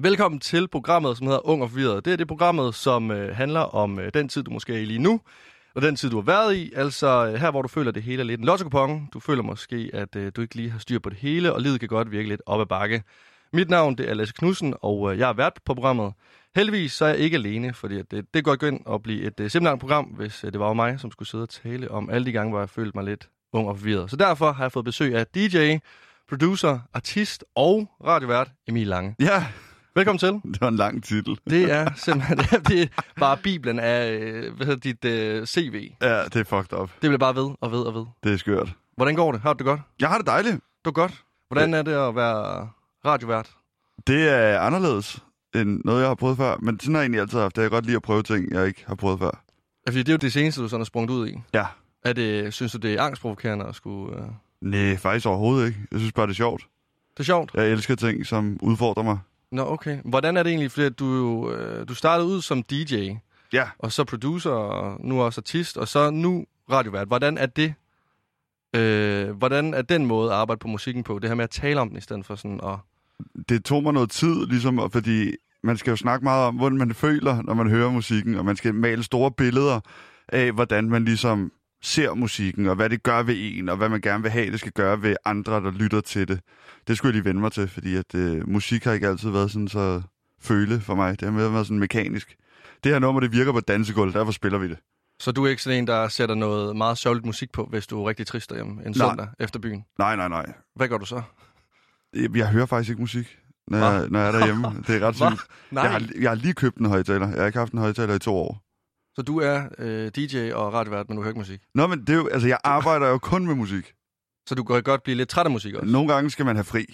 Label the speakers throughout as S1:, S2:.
S1: Velkommen til programmet, som hedder Ung og Forvirret. Det er det programmet, som øh, handler om øh, den tid, du måske er i lige nu, og den tid, du har været i. Altså øh, her, hvor du føler, at det hele er lidt en lotto Du føler måske, at øh, du ikke lige har styr på det hele, og livet kan godt virke lidt op ad bakke. Mit navn det er Lasse Knudsen, og øh, jeg er vært på programmet. Heldigvis så er jeg ikke alene, fordi at det, det går ikke ind og blive et øh, simpelt program, hvis øh, det var jo mig, som skulle sidde og tale om alle de gange, hvor jeg følte mig lidt ung og forvirret. Så derfor har jeg fået besøg af DJ, producer, artist og radiovært Emil Lange.
S2: Ja,
S1: Velkommen til.
S2: det var en lang titel.
S1: Det er simpelthen det er, det er bare biblen af øh, hvad hedder dit øh, CV.
S2: Ja, det er fucked up.
S1: Det bliver bare ved og ved og ved.
S2: Det er skørt.
S1: Hvordan går det? Har du det godt?
S2: Jeg har det dejligt.
S1: Du er godt. Hvordan er det at være radiovært?
S2: Det er anderledes end noget, jeg har prøvet før. Men sådan har jeg egentlig altid haft. det. Jeg kan godt lide at prøve ting, jeg ikke har prøvet før.
S1: Ja, Fordi det er jo det seneste, du sådan er sprunget ud i.
S2: Ja.
S1: Er det, synes du, det er angstprovokerende at skulle... Øh...
S2: Nej, faktisk overhovedet ikke. Jeg synes bare, det er sjovt.
S1: Det er sjovt.
S2: Jeg elsker ting, som udfordrer mig.
S1: Nå, okay. Hvordan er det egentlig, fordi at du, jo, øh, du startede ud som DJ,
S2: Ja.
S1: og så producer, og nu også artist, og så nu radiovært. Hvordan er det? Øh, hvordan er den måde at arbejde på musikken på? Det her med at tale om den, i stedet for sådan at...
S2: Det tog mig noget tid, ligesom, og fordi man skal jo snakke meget om, hvordan man føler, når man hører musikken, og man skal male store billeder af, hvordan man ligesom ser musikken, og hvad det gør ved en, og hvad man gerne vil have, det skal gøre ved andre, der lytter til det. Det skulle jeg lige vende mig til, fordi at, øh, musik har ikke altid været sådan så føle for mig. Det har mere været sådan mekanisk. Det her nummer, det virker på et dansegulv, derfor spiller vi det.
S1: Så du er ikke sådan en, der sætter noget meget sørgeligt musik på, hvis du er rigtig trist derhjemme en
S2: Nej.
S1: søndag efter byen?
S2: Nej, nej, nej.
S1: Hvad gør du så?
S2: Jeg, jeg hører faktisk ikke musik, når,
S1: Hva?
S2: jeg, når jeg er derhjemme. Det er ret
S1: Hva?
S2: sygt.
S1: Nej,
S2: Jeg har, jeg har lige købt en højtaler. Jeg har ikke haft en højtaler i to år.
S1: så du er øh, DJ og radiovært, men du hører ikke musik.
S2: Nå, men det er jo, altså, jeg arbejder jo kun med musik.
S1: Så du kan godt blive lidt træt af musik også?
S2: Nogle gange skal man have fri.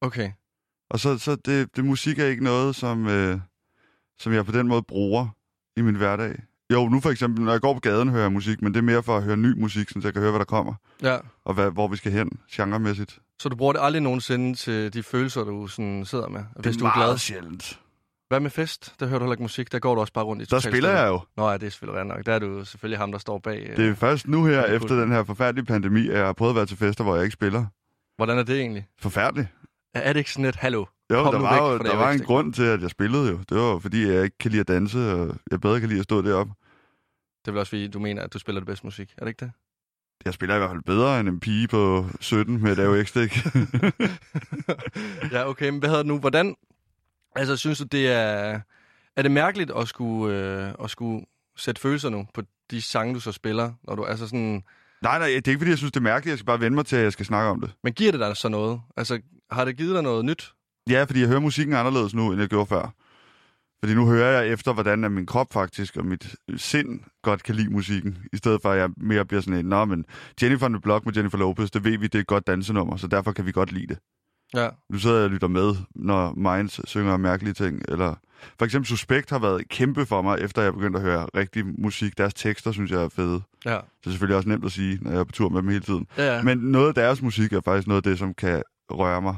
S1: Okay.
S2: Og så, så det, det musik er ikke noget, som, øh, som jeg på den måde bruger i min hverdag. Jo, nu for eksempel, når jeg går på gaden, hører jeg musik, men det er mere for at høre ny musik, så jeg kan høre, hvad der kommer,
S1: Ja.
S2: og hvad, hvor vi skal hen, genremæssigt.
S1: Så du bruger det aldrig nogensinde til de følelser, du sådan sidder med, hvis
S2: det
S1: du er glad.
S2: sjældent.
S1: Hvad med fest? Der hører du heller ikke musik. Der går du også bare rundt i
S2: Der
S1: totalt
S2: spiller
S1: stille.
S2: jeg jo.
S1: Nå ja, det er selvfølgelig rent nok. Der er du selvfølgelig ham, der står bag. Øh.
S2: Det er først nu her,
S1: Det er
S2: efter den her forfærdelige pandemi, at jeg har prøvet at være til fester, hvor jeg ikke spiller.
S1: Hvordan er det egentlig?
S2: Forfærdeligt.
S1: Er er det ikke sådan et, hallo,
S2: Jo,
S1: Kom
S2: der
S1: nu
S2: var,
S1: væk
S2: jo,
S1: fra det,
S2: der
S1: jeg
S2: var
S1: vil
S2: en
S1: ikke
S2: grund til, at jeg spillede jo. Det var jo, fordi, jeg ikke kan lide at danse, og jeg bedre kan lide at stå deroppe.
S1: det er vel også fordi, du mener, at du spiller det bedste musik. Er det ikke det?
S2: Jeg spiller i hvert fald bedre end en pige på 17 med et AUX-stik.
S1: ja, okay, men hvad hedder det nu? Hvordan, altså synes du, det er, er det mærkeligt at skulle, øh, at skulle sætte følelser nu på de sange, du så spiller? Når du, altså sådan,
S2: nej, nej, det er ikke fordi, jeg synes, det er mærkeligt. Jeg skal bare vende mig til, at jeg skal snakke om det.
S1: men giver det dig så noget? Altså, har det givet dig noget nyt?
S2: Ja, fordi jeg hører musikken anderledes nu, end jeg gjorde før. Fordi nu hører jeg efter, hvordan at min krop faktisk og mit sind godt kan lide musikken. I stedet for, at jeg mere bliver sådan en, nå, men Jennifer on the Block med Jennifer Lopez, det ved vi, det er et godt dansenummer, så derfor kan vi godt lide det.
S1: Ja.
S2: Nu sidder jeg og lytter med, når Minds synger mærkelige ting. Eller for eksempel Suspekt har været kæmpe for mig, efter jeg begyndte at høre rigtig musik. Deres tekster synes jeg er fede.
S1: Ja.
S2: Det er selvfølgelig også nemt at sige, når jeg er på tur med dem hele tiden.
S1: ja. Men,
S2: Men noget af deres musik er faktisk noget af det, som kan røre mig.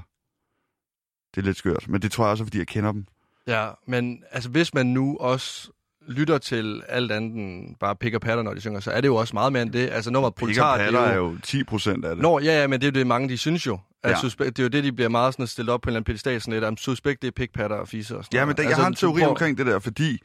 S2: Det er lidt skørt, men det tror jeg også, er, fordi jeg kender dem.
S1: ja, men altså, hvis man nu også lytter til alt andet end bare pick og patter, når de synger, så er det jo også meget mere end det. Altså, nummeret proletar, det
S2: Patter
S1: er
S2: er
S1: jo...
S2: jo 10 procent af det.
S1: Nå, ja, ja, men det er jo det, mange de synes jo. At
S2: Ja.
S1: suspe- det er jo det, de bliver meget sådan stillet op på en eller anden pedestal, sådan lidt, at suspekt, det er pikpatter og fiser og sådan
S2: ja, men
S1: noget. Altså,
S2: der, jeg har en
S1: du
S2: teori
S1: prøver-
S2: omkring det der, fordi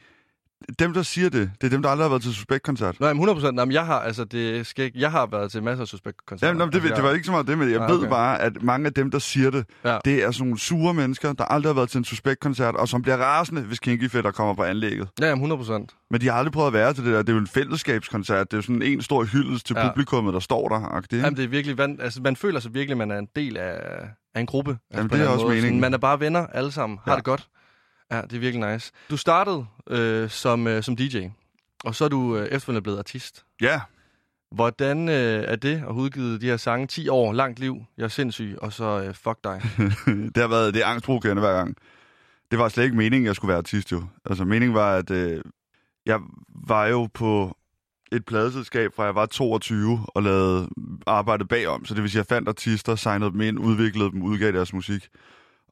S2: dem, der siger det, det er dem, der aldrig har været til Suspekt-koncert.
S1: Nå, jamen 100 procent. Jamen, jeg har, altså, det skal ikke. Jeg har været til masser af Altså, suspektkoncerter.
S2: Jamen, jamen, det, det var ikke så meget det, men jeg
S1: Nej,
S2: ved
S1: okay.
S2: bare, at mange af dem, der siger det,
S1: Ja.
S2: det er sådan nogle sure mennesker, der aldrig har været til en Suspekt-koncert, og som bliver rasende, hvis Kinky Fætter kommer på anlægget.
S1: Ja, jamen 100 procent.
S2: Men de har aldrig prøvet at være til det der. Det er jo en fællesskabskoncert. Det er jo sådan en stor hyldest til
S1: Ja.
S2: ja. publikummet, der står der. Ikke?
S1: Jamen, det er virkelig, man, altså, man føler sig virkelig, man er en del af, af en gruppe. Altså,
S2: Jamen,
S1: på en
S2: det
S1: eller
S2: er
S1: anden
S2: også
S1: måde.
S2: meningen.
S1: Sådan, man er bare venner alle sammen. Har
S2: Ja.
S1: det godt. Ja, det er virkelig nice. Du startede øh, som, øh, som DJ, og så er du øh, efterfølgende blevet artist.
S2: Ja,
S1: Hvordan øh, er det at have udgivet de her sange? 10 år, langt liv, jeg er sindssyg, og så øh, fuck dig.
S2: det har været det er angstprovokerende hver gang. Det var slet ikke meningen, at jeg skulle være artist jo. Altså meningen var, at øh, jeg var jo på et pladeselskab fra jeg var 22 og lavede arbejde bagom. Så det vil sige, at jeg fandt artister, signede dem ind, udviklede dem, udgav deres musik.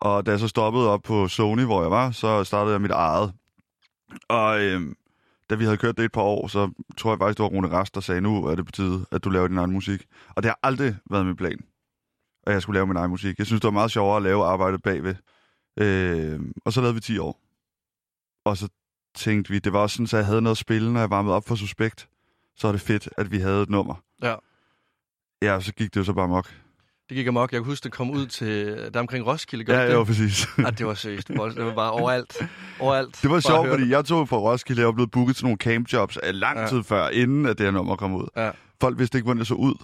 S2: Og da jeg så stoppede op på Sony, hvor jeg var, så startede jeg mit eget. Og øh, da vi havde kørt det et par år, så tror jeg faktisk, det var Rune Rast, der sagde, nu er det på tide, at du laver din egen musik. Og det har aldrig været min plan at jeg skulle lave min egen musik. Jeg synes, det var meget sjovere at lave arbejdet bagved. Øh, og så lavede vi 10 år. Og så tænkte vi, det var også sådan, at jeg havde noget at spille, når jeg varmede op for Suspekt. Så er det fedt, at vi havde et nummer.
S1: Ja.
S2: Ja, så gik det jo så bare mok.
S1: Det gik amok. Jeg kan huske, det kom ud til der omkring Roskilde. gør
S2: Ja,
S1: det
S2: jo,
S1: det?
S2: præcis.
S1: Ej, det var seriøst. voldsomt. Det var bare overalt. overalt.
S2: Det var
S1: Bare
S2: sjovt,
S1: høre
S2: fordi jeg tog fra Roskilde, jeg var blevet booket til nogle campjobs af lang
S1: Ja.
S2: tid før, inden at det her nummer kom ud.
S1: Ja.
S2: Folk vidste ikke, hvordan det så ud.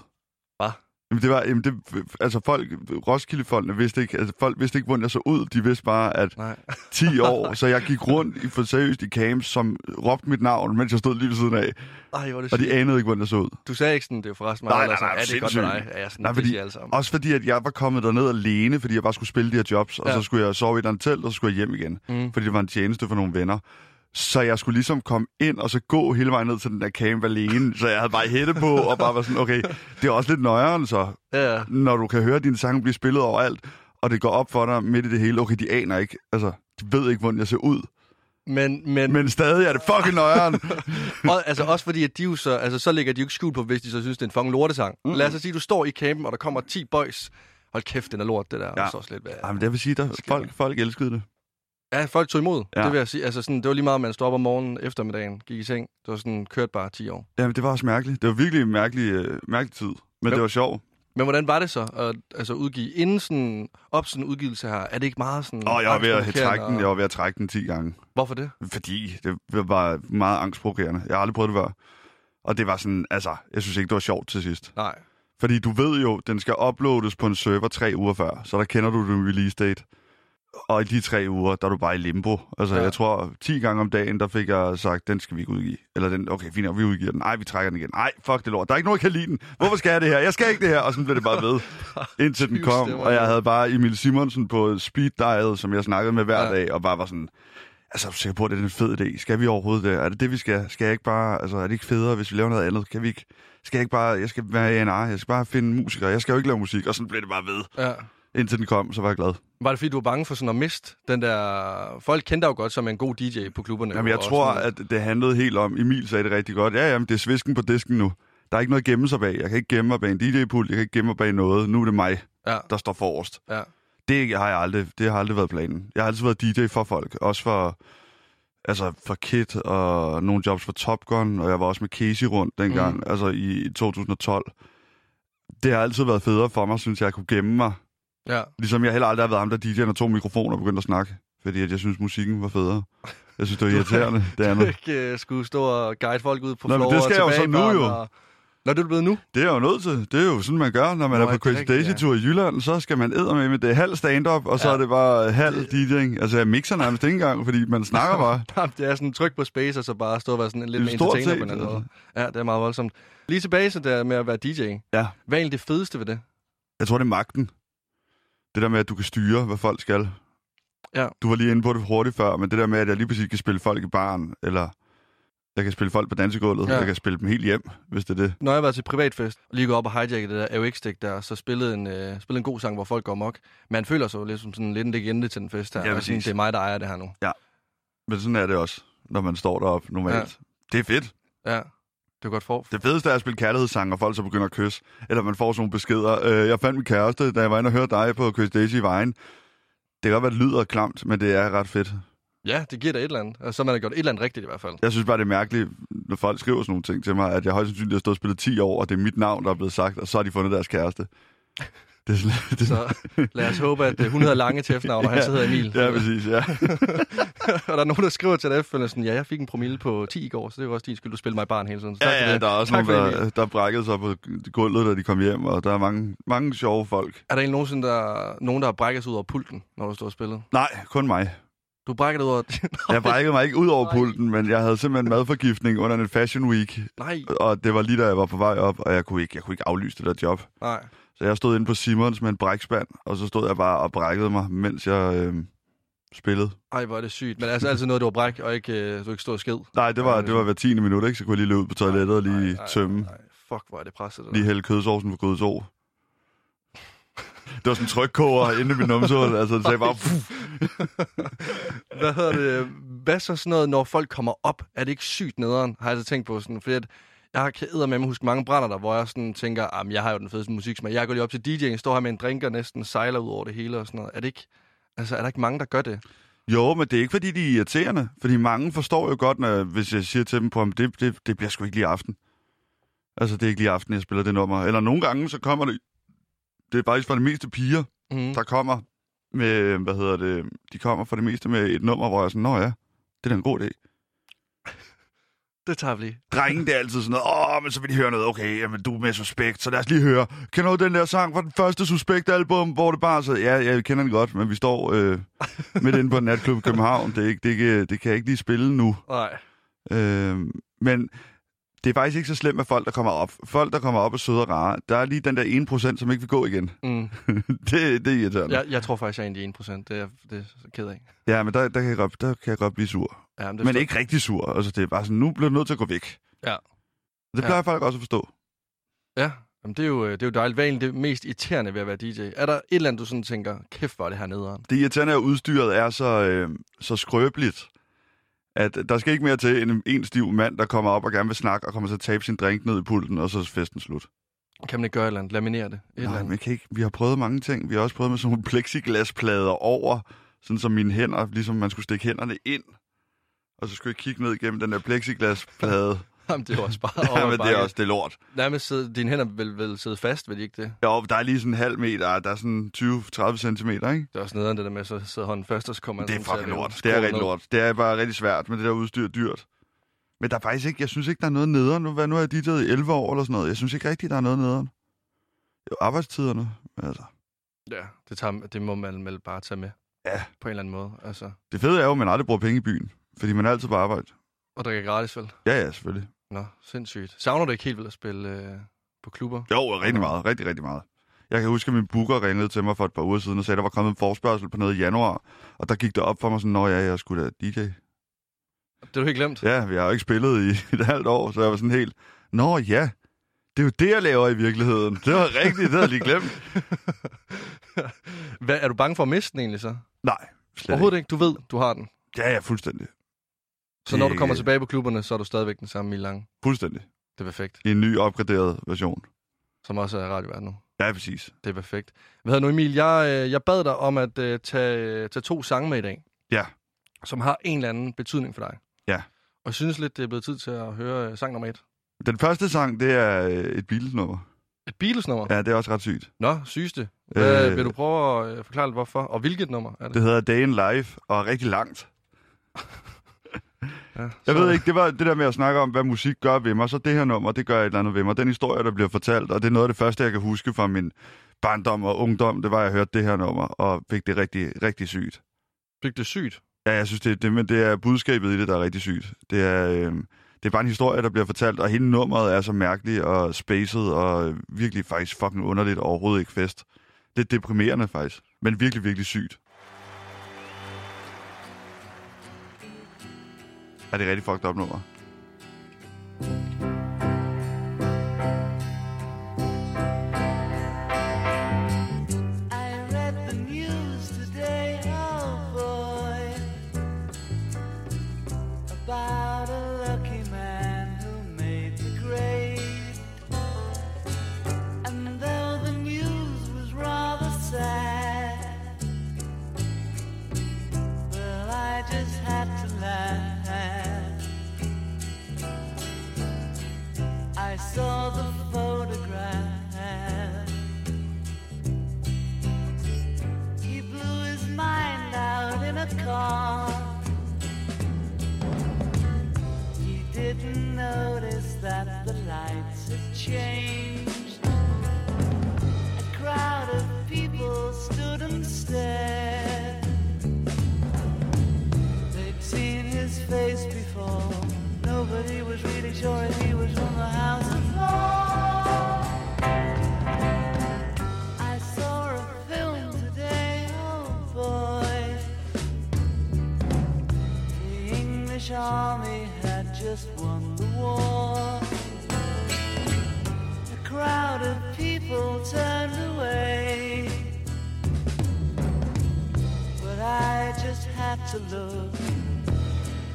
S1: Hvad?
S2: Jamen, det var, jamen det, altså folk, Roskilde-folkene vidste ikke, altså folk vidste ikke, hvordan jeg så ud. De vidste bare, at
S1: Nej.
S2: 10 år, så jeg gik rundt i, for seriøst i camps, som råbte mit navn, mens jeg stod lige ved siden af,
S1: Ej, hvor er det
S2: og
S1: sygt.
S2: de anede ikke, hvordan jeg så ud.
S1: Du sagde ikke sådan, det er forresten mig.
S2: Nej,
S1: eller
S2: nej, nej,
S1: sådan, altså, er det godt for
S2: sindssygt.
S1: dig? Ja, sådan,
S2: Nej,
S1: nej,
S2: fordi-
S1: fordi... alle sammen.
S2: Også fordi, at jeg var kommet derned alene, fordi jeg bare skulle spille de her jobs, og
S1: Ja.
S2: så skulle jeg sove i et eller andet telt, og så skulle jeg hjem igen.
S1: Mm.
S2: fordi det var en tjeneste for nogle venner. Så jeg skulle ligesom komme ind og så gå hele vejen ned til den der camp alene. Så jeg havde bare hætte på og bare var sådan, okay, det er også lidt nøjeren så,
S1: Ja, ja.
S2: når du kan høre dine sange blive spillet overalt, og det går op for dig midt i det hele. Okay, de aner ikke, altså, de ved ikke, hvordan jeg ser ud.
S1: Men, men, men...
S2: Men stadig er det fucking nøjeren.
S1: Og, altså, også fordi, at de jo så, altså, så ligger de jo ikke skjult på, hvis de så synes, det er en fucking lortesang. Mm. Lad os så sige, du står i campen, og der kommer 10 boys. Hold kæft, den er lort, det der.
S2: Ja.
S1: Ja. Også lidt, ja.
S2: Jamen, det vil sige, der
S1: Sker
S2: folk, folk elskede det.
S1: ja, folk tog imod,
S2: Ja.
S1: ja. det vil jeg sige. Altså, sådan, det var lige meget, om man stod op om morgenen, eftermiddagen, gik i seng. Det var sådan, kørt bare 10 år.
S2: Jamen, det var også mærkeligt. Det var virkelig en mærkelig, øh, mærkelig tid.
S1: Jo.
S2: Men det var sjovt.
S1: Men hvordan var det så at altså, udgive inden sådan, op sådan en udgivelse her? Er det ikke meget sådan...
S2: Og jeg var ved at
S1: angstprovokerende,
S2: trække den,
S1: og-
S2: jeg var ved at trække den 10 gange.
S1: Hvorfor det?
S2: Fordi det var meget angstprovokerende. Jeg har aldrig prøvet det før. Og det var sådan, altså, jeg synes ikke, det var sjovt til sidst.
S1: Nej.
S2: Fordi du ved jo, den skal uploades på en server tre uger før, så der kender du din release date. Og i de tre uger, der er du bare i limbo. Altså, ja.
S1: Ja.
S2: jeg tror, 10 gange om dagen, der fik jeg sagt, den skal vi ikke udgive. Eller den, okay, fint, nok, vi udgiver den. Nej, vi trækker den igen. Nej, fuck det lort. Der er ikke nogen, der kan lide den. Hvorfor skal jeg det her? Jeg skal ikke det her. Og sådan blev det bare ved, indtil den
S1: Tyve
S2: kom.
S1: stemmer,
S2: Og jeg
S1: ja.
S2: havde bare Emil Simonsen på speed dial, som jeg snakkede med hver
S1: Ja.
S2: dag, og bare var sådan, altså, er du sikker på, at det er en fed idé? Skal vi overhovedet det? Er det det, vi skal? Skal jeg ikke bare, altså, er det ikke federe, hvis vi laver noget andet? Kan vi ikke, skal jeg ikke bare, jeg skal være i A&R, jeg skal bare finde musikere, jeg skal jo ikke lave musik, og sådan blev det bare ved.
S1: Ja.
S2: Indtil den kom, så var jeg glad.
S1: Var det fordi, du var bange for sådan at miste den der... Folk kendte dig jo godt som en god DJ på klubberne.
S2: Jamen, jeg
S1: og
S2: tror,
S1: sådan-
S2: at det handlede helt om, Emil sagde det rigtig godt, ja, jamen, det er svisken på disken nu. Der er ikke noget at gemme sig bag. Jeg kan ikke gemme mig bag en DJ-pult, jeg kan ikke gemme mig bag noget. Nu er det mig,
S1: Ja,
S2: der står forrest.
S1: ja.
S2: Det har jeg aldrig, det har aldrig været planen. Jeg har altid været DJ for folk. Også for, altså for Kid og nogle jobs for Top Gun, og jeg var også med Casey rundt dengang, mm. altså i 2012. Det har altid været federe for mig, synes jeg, at kunne gemme mig.
S1: Ja,
S2: Ligesom jeg heller aldrig har været ham, der DJ'er, når to mikrofoner begyndte at snakke. Fordi at jeg synes, musikken var federe. Jeg synes, det var irriterende, det
S1: du
S2: andet.
S1: ikke øh, skulle stå og guide folk ud på
S2: Nå, men
S1: floor
S2: det skal
S1: og
S2: jeg jo så nu
S1: tilbagebaren
S2: jo.
S1: Og... Nå, det er du blevet nu?
S2: Det er jeg jo nødt til. Det er jo sådan, man gør, når man
S1: Nå,
S2: er på
S1: ja, det er
S2: Crazy
S1: rigtigt, ja.
S2: Daisy-tur i Jylland. Så skal man med med det er halv stand-up, og så
S1: Ja.
S2: er det bare halv DJ'ing. Altså, jeg mixer nærmest ikke engang, fordi man snakker bare.
S1: Jamen, det er sådan tryk på space, og så bare stå og være sådan en lidt
S2: Det
S1: en
S2: er stort
S1: entertainer på en
S2: set,
S1: anden måde.
S2: altså.
S1: Ja, det er meget voldsomt. Lige tilbage til det der med at være DJ.
S2: Ja.
S1: Hvad er egentlig det fedeste ved det?
S2: Jeg tror, det er magten. Det der med, at du kan styre, hvad folk skal.
S1: Ja.
S2: Du var lige inde på det hurtigt før, men det der med, at jeg lige præcis kan spille folk i baren, eller jeg kan spille folk på dansegulvet, ja.
S1: Ja.
S2: jeg kan spille dem helt hjem, hvis det er det.
S1: Når jeg var til privatfest, og lige går op og hijacker det der AUX-stik der, og så spillede en, øh, spillede en god sang, hvor folk går mok. Man føler sig jo lidt som sådan lidt en legende til den fest her.
S2: Ja,
S1: og sådan,
S2: præcis.
S1: det er mig, der ejer det her nu.
S2: Men sådan er det også, når man står deroppe normalt. Ja. Det er fedt.
S1: Ja, det er godt for.
S2: Det fedeste er at spille kærlighedssange, og folk så begynder at kysse. Eller man får sådan nogle beskeder. Øh, jeg fandt min kæreste, da jeg var inde og hørte dig på Chris Daisy i vejen. Det kan godt være, det lyder klamt, men det er ret fedt.
S1: Ja, det giver da et eller andet. Altså, så har man har gjort et eller andet rigtigt i hvert fald.
S2: Jeg synes bare, det er mærkeligt, når folk skriver sådan nogle ting til mig, at jeg højst sandsynligt har stået og spillet 10 år, og det er mit navn, der er blevet sagt, og så har de fundet deres kæreste. Det er sådan, det er sådan,
S1: Så lad os håbe, at øh, hun hedder Lange til efternavn, og han så hedder Emil.
S2: ja, præcis, ja.
S1: og der er nogen, der skriver til dig efterfølgende sådan, ja, jeg fik en promille på 10 i går, så det var også din skyld, du spillede mig i barn hele tiden. Så tak for
S2: ja, ja
S1: det.
S2: der er også
S1: Tak for
S2: nogen,
S1: det,
S2: der, der brækkede sig på gulvet, da de kom hjem, og der er mange, mange sjove folk.
S1: Er der egentlig nogensinde der, nogen, der har brækket sig ud over pulten, når du står og spillede?
S2: Nej, kun mig.
S1: Du brækker dig ud over...
S2: Jeg brækkede mig ikke ud over pulten, men jeg havde simpelthen madforgiftning under en fashion week,
S1: Nej,
S2: og det var lige da jeg var på vej op, og jeg kunne ikke, jeg kunne ikke aflyse det der job.
S1: nej.
S2: Så jeg stod inde på Simons med en brækspand, og så stod jeg bare og brækkede mig, mens jeg øh, spillede.
S1: Ej, hvor er det sygt. Men altså altid noget, du har bræk, og ikke, øh, du ikke stod og sked.
S2: Nej, det
S1: Ja,
S2: var,
S1: det er
S2: det var hver tiende minut, ikke? Så kunne jeg lige løbe ud på toilettet og lige
S1: Ej, ej,
S2: tømme.
S1: ej, fuck, hvor er det presset. Det
S2: Lige
S1: der.
S2: hælde kødsovsen på kødsov. Det var sådan en trykkoger inde i min numsehul. Altså, det sagde bare... Puff.
S1: Hvad hedder det? Hvad så sådan noget, når folk kommer op? Er det ikke sygt nederen? Har jeg altså tænkt på sådan, fordi at jeg har kædet med at huske mange brænder der, hvor jeg sådan tænker, at jeg har jo den fedeste musik, men jeg går lige op til DJ'en, står her med en drink og næsten sejler ud over det hele og sådan noget. Er det ikke, Altså, er der ikke mange, der gør det?
S2: Jo, men det er ikke, fordi de er irriterende. Fordi mange forstår jo godt, når, hvis jeg siger til dem på, at det, det, det bliver sgu ikke lige aften. Altså, det er ikke lige aften, jeg spiller det nummer. Eller nogle gange, så kommer det... Det er faktisk for det meste piger,
S1: Mm.
S2: der kommer med, hvad hedder det... De kommer for det meste med et nummer, hvor jeg er sådan, nå ja, det er da en god idé.
S1: Det tager vi lige.
S2: Drenge, det er altid sådan noget, åh, men så vil de høre noget, okay, jamen, du er med suspekt, så lad os lige høre. Kender du den der sang fra den første suspekt-album, hvor det bare så, ja, jeg kender den godt, men vi står øh, midt inde på en natklub i København, det, er ikke, det, er ikke, det kan jeg ikke lige spille nu.
S1: Nej.
S2: Øh, men det er faktisk ikke så slemt med folk, der kommer op. Folk, der kommer op er søde og rare. Der er lige den der 1%, som ikke vil gå igen.
S1: Mm.
S2: det, det er irriterende. Ja,
S1: Jeg, jeg tror faktisk, jeg er egentlig 1%. Det er, det er jeg ked af.
S2: ja men der, der, kan jeg godt, der kan jeg godt blive sur.
S1: Ja, men det
S2: Men ikke rigtig sur. Altså, det er bare sådan, nu bliver du nødt til at gå væk.
S1: Ja.
S2: Det
S1: Ja.
S2: plejer folk også at forstå.
S1: Ja, Jamen, det, er jo, øh, det er jo dejligt. Hvad er egentlig det mest irriterende ved at være DJ? Er der et eller andet, du sådan tænker, kæft, hvor er det her nederen?
S2: Det irriterende er, at udstyret er så, øh, så skrøbeligt, at der skal ikke mere til end en stiv mand, der kommer op og gerne vil snakke, og kommer til at tabe sin drink ned i pulten, og så er festen slut.
S1: Kan man ikke gøre et eller andet? Laminere det? Et eller
S2: Nej,
S1: andet.
S2: men kan ikke. Vi har prøvet mange ting. Vi har også prøvet med sådan nogle plexiglasplader over, sådan som mine hænder, ligesom man skulle stikke hænderne ind, og så skulle jeg kigge ned igennem den der plexiglasplade.
S1: Jamen, det er jo også bare
S2: ja,
S1: over
S2: men det er også det er lort.
S1: Nærmest sidde, dine hænder vil, vil sidde fast, vil de ikke det?
S2: Jo, der er lige sådan en halv meter, der er sådan 20-30 centimeter, ikke?
S1: Det er også nederen, det der med, så sidder hånden først, og så kommer
S2: Det er
S1: sådan til at
S2: fucking
S1: lave
S2: lort. Det
S1: skruer
S2: er rigtig
S1: ned.
S2: lort. Det er bare rigtig svært, men det der udstyr er dyrt. Men der er faktisk ikke, jeg synes ikke, der er noget nederen. Nu, hvad, nu har jeg DJ'et i 11 år eller sådan noget. Jeg synes ikke rigtigt, der er noget nederen. Jo, arbejdstiderne, men altså.
S1: Ja, det, tager, det må man vel bare tage med.
S2: Ja.
S1: På en eller anden måde, altså.
S2: Det fede er jo, at man aldrig bruger penge i byen, fordi man er altid på arbejde.
S1: Og drikke gratis, vel?
S2: Ja, ja, selvfølgelig.
S1: Nå, sindssygt. Savner du ikke helt vel at spille øh, på klubber?
S2: Jo, rigtig meget. Rigtig, rigtig meget. Jeg kan huske, at min booker ringede til mig for et par uger siden og sagde, at der var kommet en forspørgsel på noget i januar. Og der gik det op for mig sådan, at ja, jeg skulle da DJ.
S1: Det har du ikke glemt?
S2: Ja, vi har jo ikke spillet i et halvt år, så jeg var sådan helt, nå ja, det er jo det, jeg laver i virkeligheden. Det var rigtigt, det havde jeg lige glemt.
S1: Hvad, er du bange for at miste den egentlig så?
S2: Nej, slet
S1: Overhovedet ikke. Du ved, du har den.
S2: ikke. Ja, ja, fuldstændig.
S1: Så når du
S2: Det-
S1: kommer tilbage på klubberne, så er du stadigvæk den samme Mille Lange.
S2: Fuldstændig.
S1: Det er perfekt.
S2: I en ny, opgraderet version.
S1: Som også er radiovært nu.
S2: Ja, præcis.
S1: Det er perfekt. Hvad hedder nu, Emil? Jeg, øh, jeg bad dig om at øh, tage, tage to sange med i dag.
S2: Ja.
S1: Som har en eller anden betydning for dig.
S2: Ja.
S1: Og jeg synes lidt, det er blevet tid til at høre øh, sang nummer et.
S2: Den første sang, det er øh, et Beatles-nummer.
S1: Et Beatles-nummer? Ja.
S2: Ja, det er også ret sygt.
S1: Nå, sygeste. Hvad, øh...
S2: Øh.
S1: Vil du prøve at øh, forklare lidt, hvorfor? Og hvilket nummer er det?
S2: Det hedder Day in Life, og er rigtig langt.
S1: Ja,
S2: Jeg
S1: så-
S2: ved ikke, det var det der med at snakke om, hvad musik gør ved mig, så det her nummer, det gør et eller andet ved mig. Den historie, der bliver fortalt, og det er noget af det første, jeg kan huske fra min barndom og ungdom, det var, at jeg hørte det her nummer, og fik det rigtig, rigtig sygt.
S1: Fik det sygt?
S2: Ja, jeg synes, det, det, men det er budskabet i det, der er rigtig sygt. Det er, øh, det er bare en historie, der bliver fortalt, og hele nummeret er så mærkeligt og spacet, og virkelig faktisk fucking underligt, og overhovedet ikke fest. Det er deprimerende faktisk, men virkelig, virkelig sygt. Er det er rigtig fucked up nummer?
S3: I read the news today, oh boy, about a lucky man who made the grade. And though the news was rather sad, well, I just had to laugh. I saw the photograph. He blew his mind out in a car. He didn't notice that the lights had changed. A crowd of people stood and stared. They'd seen his face before. Nobody was really sure if he was from the house of law. I saw a film today, oh boy. The English army had just won the war. A crowd of people turned away. But I just had to look,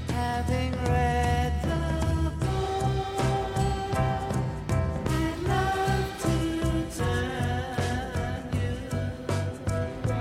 S3: having read the book. I'd love to turn you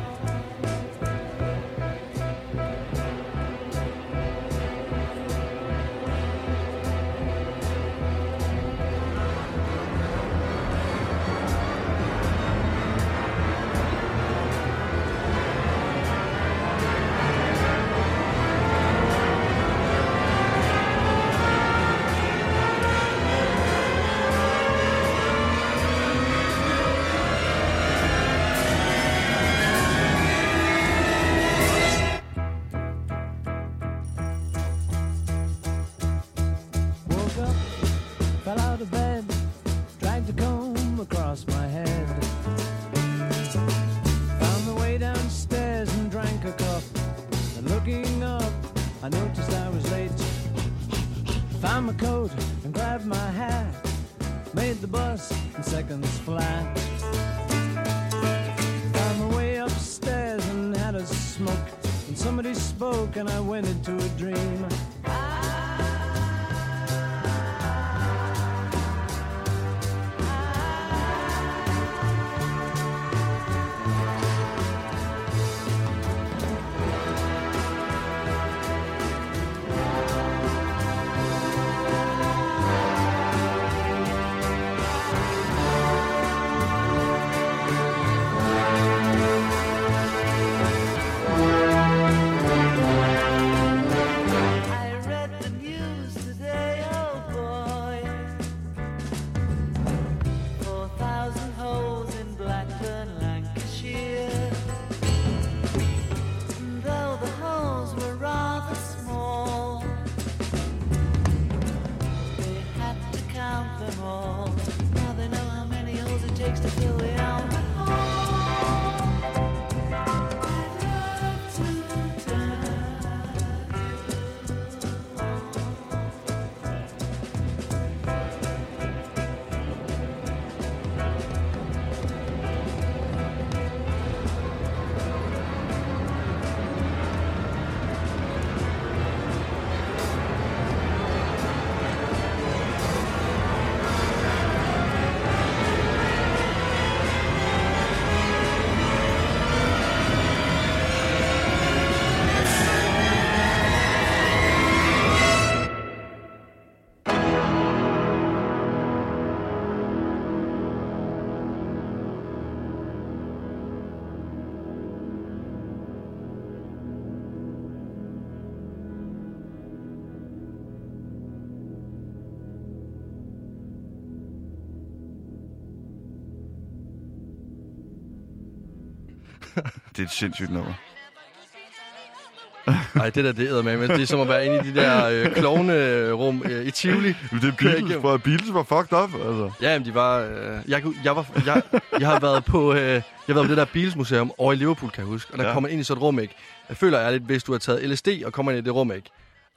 S4: got out of bed, dragged a comb across my head. Found my way downstairs and drank a cup. And looking up, I noticed I was late. Found my coat and grabbed my hat. Made the bus in seconds flat. Found my way upstairs and had a smoke. And somebody spoke and I went into a dream.
S3: I read the news today, oh boy. 4,000 holes in Blackburn, Lancashire. And though the holes were rather small, they had to count them all. Now they know how many holes it takes to fill the album.
S2: Det er et sindssygt nummer.
S1: Nej, det der, det med, men det er som at være inde i de der øh, klovnerum øh, i Tivoli.
S2: Men det er
S1: Kører
S2: Beatles,
S1: igennem.
S2: bro. Beatles var fucked up, altså.
S1: Ja, men de var... Øh, jeg, kunne- jeg, var jeg, jeg har været på... Øh, jeg har været på det der Beatles-museum over i Liverpool, kan jeg huske. Og der
S2: Ja.
S1: ja. kommer ind i sådan et rum, ikke? Jeg føler ærligt, hvis du har taget LSD og kommer ind i det rum, ikke?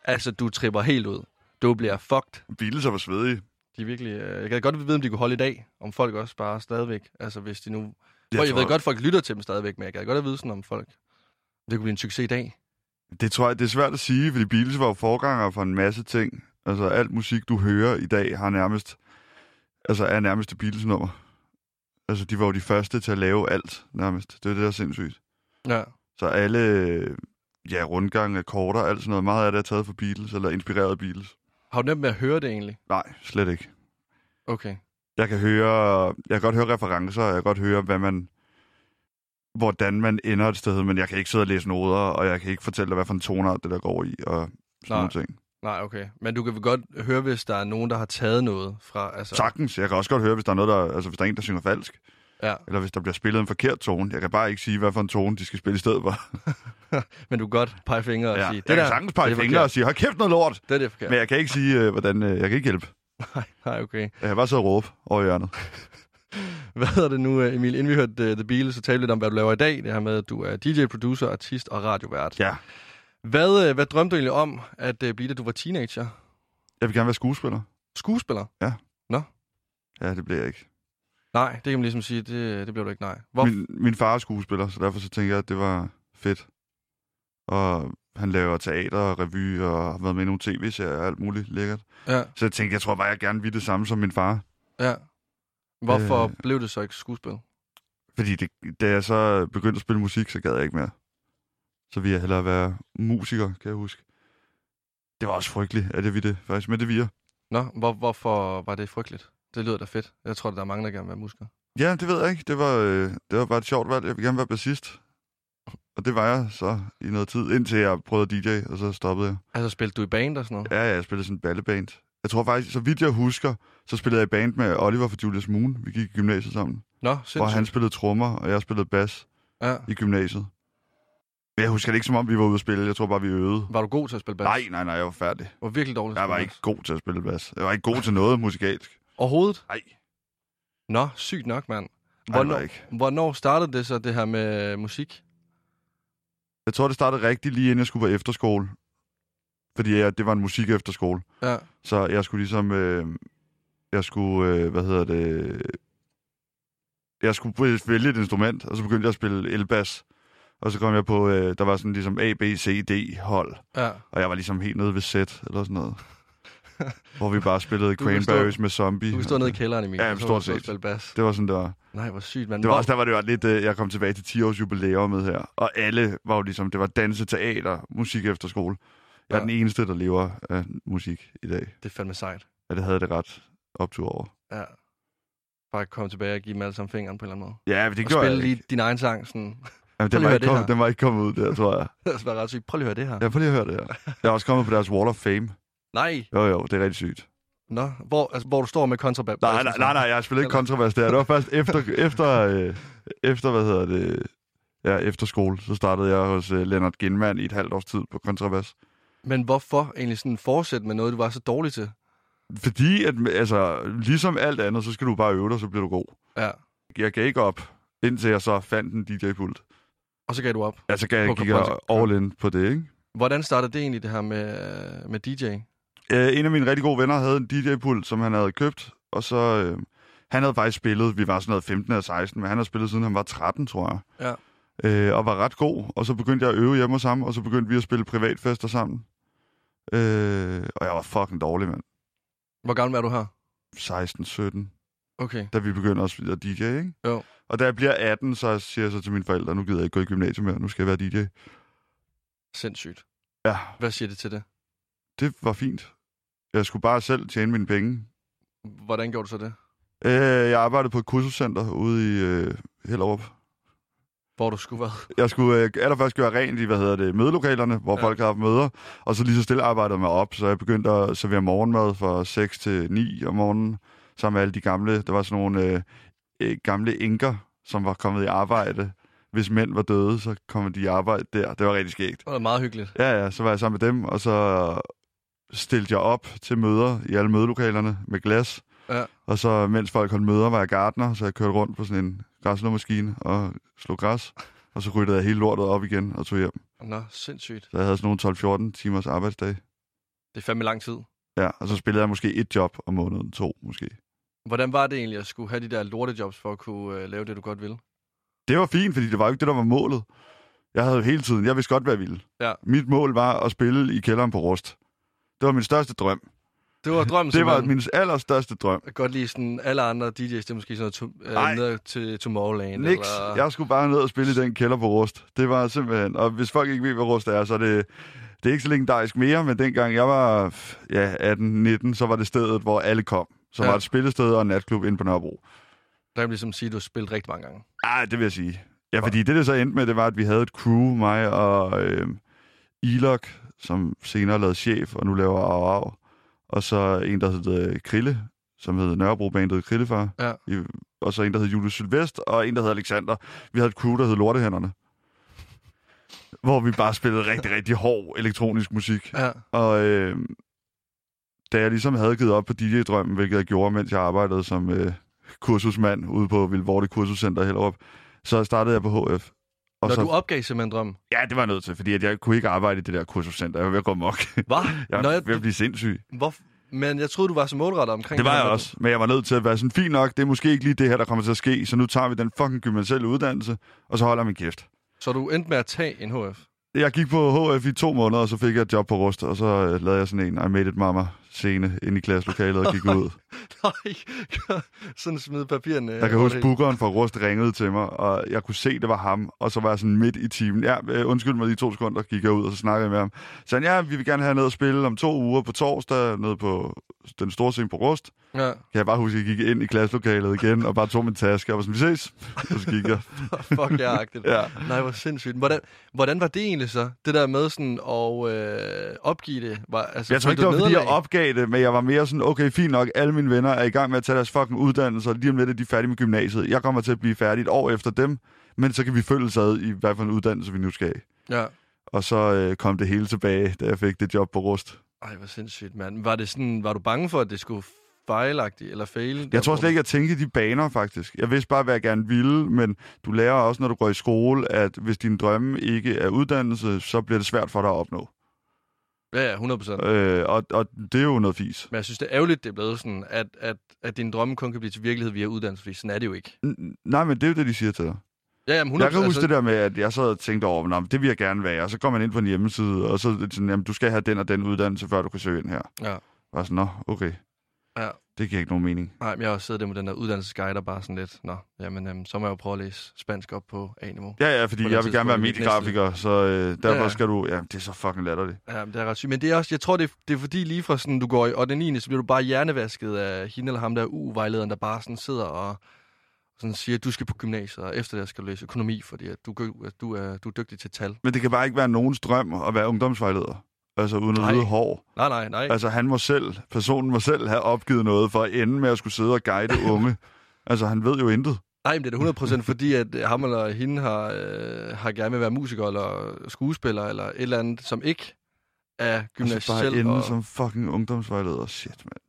S1: Altså, du tripper helt ud. Du bliver fucked.
S2: Beatles var svedige.
S1: De er virkelig... Øh, jeg kan godt vide, om de kunne holde i dag. Om folk også bare stadigvæk. Altså, hvis de nu... Jeg, jeg
S2: tror-
S1: ved godt, folk lytter til dem stadigvæk, men jeg kan godt at vide sådan om folk. Det kunne blive en succes i dag.
S2: Det tror jeg, det er svært at sige, fordi Beatles var jo forganger for en masse ting. Altså, alt musik, du hører i dag, har nærmest... Altså, er nærmest et Beatles-nummer. Altså, de var jo de første til at lave alt, nærmest. Det er det, der er sindssygt.
S1: Ja.
S2: Så alle, øh, ja, rundgange, akkorder, alt sådan noget, meget af det er taget fra Beatles, eller inspireret af Beatles.
S1: Har du nemt med at høre det egentlig?
S2: Nej, slet ikke.
S1: Okay.
S2: Jeg kan høre, jeg kan godt høre referencer, og jeg kan godt høre, hvad man, hvordan man ender et sted, men jeg kan ikke sidde og læse noder, og jeg kan ikke fortælle dig, hvad for en tonart det der går i, og sådan
S1: Nej.
S2: nogle ting.
S1: Nej, okay. Men du kan vel godt høre, hvis der er nogen, der har taget noget fra... Altså,
S2: Sagtens, jeg kan også godt høre, hvis der er noget, der, altså hvis der er en, der synger falsk,
S1: Ja.
S2: eller hvis der bliver spillet en forkert tone. Jeg kan bare ikke sige, hvad for en tone, de skal spille i stedet for.
S1: Men du kan godt pege fingre og
S2: Ja.
S1: sige...
S2: jeg kan sagtens pege
S1: det er
S2: fingre og
S1: forkert.
S2: sige, hold kæft noget lort,
S1: Det er det forkert.
S2: men jeg kan ikke sige, øh, hvordan, øh, jeg kan ikke hjælpe.
S1: Nej, nej, okay.
S2: Jeg kan bare sidde og råbe over i hjørnet.
S1: Hvad hedder det nu, øh, Emil? Inden vi hørte øh, The Beatles, så talte vi lidt om, hvad du laver i dag. Det her med, at du er DJ, producer, artist og radiovært.
S2: Ja,
S1: Hvad, øh, hvad drømte du egentlig om at øh, blive, da du var teenager?
S2: jeg vil gerne være skuespiller.
S1: Skuespiller?
S2: Ja, det bliver jeg ikke.
S1: Nej, det kan man ligesom sige, det, det blev du ikke, nej. Hvor,
S2: Min, min far er skuespiller, så derfor så tænker jeg, at det var fedt. Og han laver teater og revy og har været med i nogle tv-serier og alt muligt lækkert.
S1: ja,
S2: Så jeg tænkte, jeg tror bare, jeg gerne ville det samme som min far.
S1: ja. Hvorfor
S2: Øh.
S1: øh... blev det så ikke skuespil?
S2: Fordi det, da jeg så begyndte at spille musik, så gad jeg ikke mere. Så ville jeg hellere være musiker, kan jeg huske. Det var også frygteligt, at jeg ville det faktisk, men det viger.
S1: Nå, hvor, hvorfor var det frygteligt? Det lyder da fedt. Jeg tror, der er mange, der gerne vil være musikere.
S2: Ja, det ved jeg ikke. Det var, øh, det var bare et sjovt valg. Jeg ville gerne være bassist. Og det var jeg så i noget tid, indtil jeg prøvede at DJ, og så stoppede jeg.
S1: Altså, spilte du i band og sådan noget?
S2: Ja, ja, jeg spillede sådan en balleband. Jeg tror faktisk, så vidt jeg husker, så spillede jeg i band med Oliver fra Julius Moon. Vi gik i gymnasiet sammen.
S1: Nå,
S2: Hvor
S1: sindssygt.
S2: han spillede trommer, og jeg spillede bas
S1: Ja.
S2: i gymnasiet. Men jeg husker det ikke, som om vi var ude at spille. Jeg tror bare, vi øvede.
S1: Var du god til at spille bas?
S2: Nej, nej, nej, jeg var færdig.
S1: Du var virkelig dårlig til at
S2: Jeg var
S1: spille
S2: ikke
S1: bas.
S2: god til at spille bas. Jeg var ikke god til noget musikalsk.
S1: Overhovedet?
S2: Nej,
S1: Nå, sygt nok, mand.
S2: nej, det var
S1: Hvornår,
S2: jeg ikke.
S1: hvornår startede det så, det her med øh, musik?
S2: Jeg tror, det startede rigtigt lige inden jeg skulle på efterskole. Fordi jeg, det var en musik efterskole.
S1: Ja.
S2: Så jeg skulle ligesom... Øh, jeg skulle... Øh, hvad hedder det... Jeg skulle vælge et instrument, og så begyndte jeg at spille elbas. Og så kom jeg på... Øh, der var sådan ligesom A, B, C, D hold.
S1: ja.
S2: Og jeg var ligesom helt nede ved sæt, eller sådan noget. hvor vi bare spillede
S1: Du kan stå-
S2: Cranberries med Zombie.
S1: Du kan stå nede i kælderen i min.
S2: Ja, stort set.
S1: Spille bas.
S2: Det var sådan, der.
S1: Nej, hvor sygt, mand.
S2: Det var
S1: Hvor-
S2: også der, var det var lidt... Øh, jeg kom tilbage til 10 års jubilæumet her. Og alle var jo ligesom... Det var danse, teater, musik efter skole. Jeg er
S1: Ja.
S2: den eneste, der lever af musik i dag.
S1: Det er fandme sejt.
S2: Ja, det havde det ret optur over.
S1: Ja. Bare komme tilbage og give dem alle sammen fingeren på en eller anden måde.
S2: Ja, men det
S1: og
S2: gjorde
S1: spille
S2: jeg
S1: lige
S2: ikke.
S1: din egen sang. Sådan. Prøv
S2: Jamen, den,
S1: lige
S2: var
S1: at høre
S2: ikke
S1: det
S2: kommet,
S1: her.
S2: den var ikke kommet ud der, tror jeg.
S1: det var ret sygt. Prøv lige at høre det her.
S2: Jeg får lige at høre det her. Jeg er også kommet på deres Wall of Fame.
S1: Nej.
S2: Jo, jo, det er rigtig sygt.
S1: Nå. Hvor, altså, hvor du står med kontrabab.
S2: Nej, nej, nej, nej jeg har spillet ikke kontrovers der. Det var først efter, efter, øh, efter hvad hedder det, ja, efter skole, så startede jeg hos øh, Lennart Gindmann i et halvt års tid på kontrovers.
S1: Men hvorfor egentlig sådan fortsætte med noget, du var så dårlig til?
S2: Fordi, at, altså, ligesom alt andet, så skal du bare øve dig, så bliver du god.
S1: Ja.
S2: Jeg gav ikke op, indtil jeg så fandt en DJ-pult.
S1: Og så gav du op.
S2: Altså gav jeg,
S1: På
S2: gik jeg
S1: Contra-
S2: all in på det, ikke?
S1: Hvordan startede det egentlig, det her med, øh, med DJ?
S2: Øh, en af mine rigtig gode venner havde en DJ-pult, som han havde købt, og så... Øh, han havde faktisk spillet, vi var sådan noget 15 eller 16, men han havde spillet siden han var 13, tror jeg.
S1: Ja.
S2: Øh, og var ret god, og så begyndte jeg at øve hjemme hos ham, og så begyndte vi at spille privatfester sammen. Øh, og jeg var fucking dårlig, mand.
S1: Hvor gammel er du her?
S2: 16-17,
S1: Okay.
S2: da vi begyndte også at DJ, ikke?
S1: Jo.
S2: Og da jeg bliver 18, så siger jeg så til mine forældre, nu gider jeg ikke gå i gymnasiet mere, nu skal jeg være DJ.
S1: Sindssygt.
S2: Ja,
S1: Hvad siger det til det?
S2: det var fint. Jeg skulle bare selv tjene mine penge.
S1: Hvordan gjorde du så det?
S2: Øh, jeg arbejdede på et kursuscenter ude i øh, Hellerup.
S1: Hvor du skulle være?
S2: Jeg skulle øh, allerførst gøre rent i, hvad hedder det, mødelokalerne, hvor
S1: Ja.
S2: ja. folk har haft møder, og så lige så stille arbejdede mig op, så jeg begyndte at servere morgenmad fra 6 til 9 om morgenen, sammen med alle de gamle, der var sådan nogle øh, øh, gamle enker, som var kommet i arbejde. Hvis mænd var døde, så kom de i arbejde der. Det var rigtig skægt.
S1: Det var meget hyggeligt.
S2: Ja, ja, så var jeg sammen med dem, og så stillede jeg op til møder i alle mødelokalerne med glas.
S1: Ja.
S2: Og så, mens folk holdt møder, var jeg gartner, så jeg kørte rundt på sådan en græslåmaskine og slog græs. Og så ryddede jeg hele lortet op igen og tog hjem.
S1: Nå, sindssygt.
S2: Så jeg havde sådan nogle 12-14 timers arbejdsdag.
S1: Det er fandme lang tid.
S2: Ja, og så spillede jeg måske et job om måneden, to måske.
S1: Hvordan var det egentlig at skulle have de der lortejobs for at kunne øh, lave det, du godt ville?
S2: Det var fint, fordi det var jo ikke det, der var målet. Jeg havde jo hele tiden, jeg vidste godt, hvad jeg ville.
S1: Ja.
S2: Mit mål var at spille i kælderen på Rust. Det var min største drøm.
S1: Det var drømmen,
S2: Det var
S1: simpelthen.
S2: min allerstørste drøm.
S1: Jeg kan godt lide sådan alle andre DJ's, det er måske sådan noget to, øh,
S2: Nej.
S1: ned til Tomorrowland.
S2: Nix. Jeg skulle bare ned og spille i den kælder på Rust. Det var simpelthen... Og hvis folk ikke ved, hvad Rust er, så er det... Det er ikke så legendarisk mere, men dengang jeg var ja, 18-19, så var det stedet, hvor alle kom. Så
S1: Ja.
S2: ja. var et spillested og en natklub inde på Nørrebro.
S1: Der kan vi ligesom sige, at du har spillet rigtig mange gange.
S2: Ej, Ah, det vil jeg sige. Ja, fordi det, det så endte med, det var, at vi havde et crew, mig og øh, Ilok, som senere lavede chef, og nu laver Au Au. Og så en, der hed øh, Krille, som hed Nørrebro-bandet Krillefar.
S1: Ja.
S2: I, og så en, der hed Julius Sylvest, og en, der hed Alexander. Vi havde et crew, der hed Lortehænderne. Hvor vi bare spillede rigtig, rigtig hård elektronisk musik.
S1: Ja.
S2: Og øh, da jeg ligesom havde givet op på DJ-drømmen, hvilket jeg gjorde, mens jeg arbejdede som øh, kursusmand ude på Vilvorte Kursuscenter i Hellerup, så startede jeg på HF. Og
S1: Når
S2: så,
S1: du opgav simpelthen drømmen.
S2: Ja, det var jeg nødt til, fordi at jeg kunne ikke arbejde i det der kursuscenter. Jeg var ved at gå mok.
S1: Hvad? Nå,
S2: Jeg var
S1: jeg-
S2: ved at blive sindssyg.
S1: Hvor... Men jeg troede, du var så målrettet omkring
S2: Det var
S1: her
S2: jeg
S1: med-
S2: også, men jeg var nødt til at være sådan, fint nok, det er måske ikke lige det her, der kommer til at ske, så nu tager vi den fucking gymnasielle uddannelse, og så holder jeg min kæft.
S1: Så du endte med at tage en HF.
S2: Jeg gik på HF i to måneder, og så fik jeg et job på Rust, og så øh, lavede jeg sådan en I made it mama scene ind i klasselokalet og gik ud.
S1: Nej, sådan smide papirerne.
S2: Jeg kan
S1: over
S2: huske,
S1: Øh, det hele.
S2: bookeren fra Rust ringede til mig, og jeg kunne se, det var ham. Og så var jeg sådan midt i timen. Ja, øh, undskyld mig lige to sekunder, gik jeg ud, og så snakkede jeg med ham. Så han, ja, vi vil gerne have ned og spille om to uger på torsdag, nede på den store scene på Rust.
S1: Ja.
S2: Kan jeg bare huske, at jeg gik ind i klasselokalet igen, og bare tog min taske, og var sådan, vi ses. Og så gik jeg.
S1: Fuck, jeg agtigt.
S2: Ja.
S1: Nej, hvor sindssygt. Hvordan, hvordan var det egentlig så? Det der med sådan at øh, opgive det? Var, altså,
S2: Jeg tror
S1: fik
S2: ikke,
S1: du
S2: det var,
S1: et
S2: fordi jeg
S1: nederlag?
S2: opgav det, men jeg var mere sådan, okay, fint nok, alle mine venner er i gang med at tage deres fucking uddannelse, og lige om lidt er de færdige med gymnasiet. Jeg kommer til at blive færdig et år efter dem, men så kan vi følges ad i, hvad for en uddannelse vi nu skal have.
S1: Ja.
S2: Og så øh, kom det hele tilbage, da jeg fik det job på Rust.
S1: Ej, hvor sindssygt, mand. Var, det sådan, var du bange for, at det skulle fejlagtigt eller fail?
S2: Jeg tror slet ikke, jeg tænkte i de baner, faktisk. Jeg vidste bare, hvad jeg gerne ville, men du lærer også, når du går i skole, at hvis din drømme ikke er uddannelse, så bliver det svært for dig at opnå.
S1: Ja, ja, 100 procent.
S2: Øh, og, og det er jo noget fis.
S1: Men jeg synes, det er ærgerligt, det er blevet sådan, at, at, at dine drømme kun kan blive til virkelighed via uddannelse, fordi sådan er det jo ikke.
S2: N- Nej, men det er jo det, de siger til dig.
S1: Ja, jamen, Altså, 100%,
S2: Jeg kan huske det der med, at jeg sad og tænkte over, "Nå, men det vil jeg gerne være. Og så går man ind på en hjemmeside, og så er det sådan, jamen, du skal have den og den uddannelse, før du kan søge ind her.
S1: Ja.
S2: Og sådan, nå, okay.
S1: Ja.
S2: Det giver ikke nogen mening.
S1: Nej, men jeg har også siddet der med den der uddannelsesguide og bare sådan lidt, nå, jamen, jamen så må jeg jo prøve at læse spansk op på A-niveau.
S2: Ja, ja, fordi
S1: På det
S2: jeg vil
S1: tidspunkt,
S2: gerne være
S1: mit næste-
S2: mediegrafiker, så øh, derfor
S1: Ja, ja.
S2: skal du... Ja, det er så fucking latterligt.
S1: Ja, men det er ret sygt. Men det er også, jeg tror, det er, det er fordi lige fra sådan, du går i 8. 9. så bliver du bare hjernevasket af hende eller ham der U-vejlederen, der bare sådan sidder og sådan siger, du skal på gymnasiet, og efter det skal du læse økonomi, fordi at du, gø- at du, er, du er dygtig til tal.
S2: Men det kan bare ikke være nogens drøm at være ungdomsvejleder. Altså uden
S1: Nej.
S2: at lyde hård.
S1: Nej, nej, nej.
S2: Altså han må selv, personen må selv have opgivet noget for at ende med at skulle sidde og guide unge. Altså han ved jo intet.
S1: Nej, men det er da 100% fordi, at ham eller hende har, øh, har gerne vil være musiker eller skuespiller eller et eller andet, som ikke er
S2: Altså, bare
S1: gymnasiel
S2: ende
S1: og
S2: som fucking ungdomsvejleder. Shit, mand.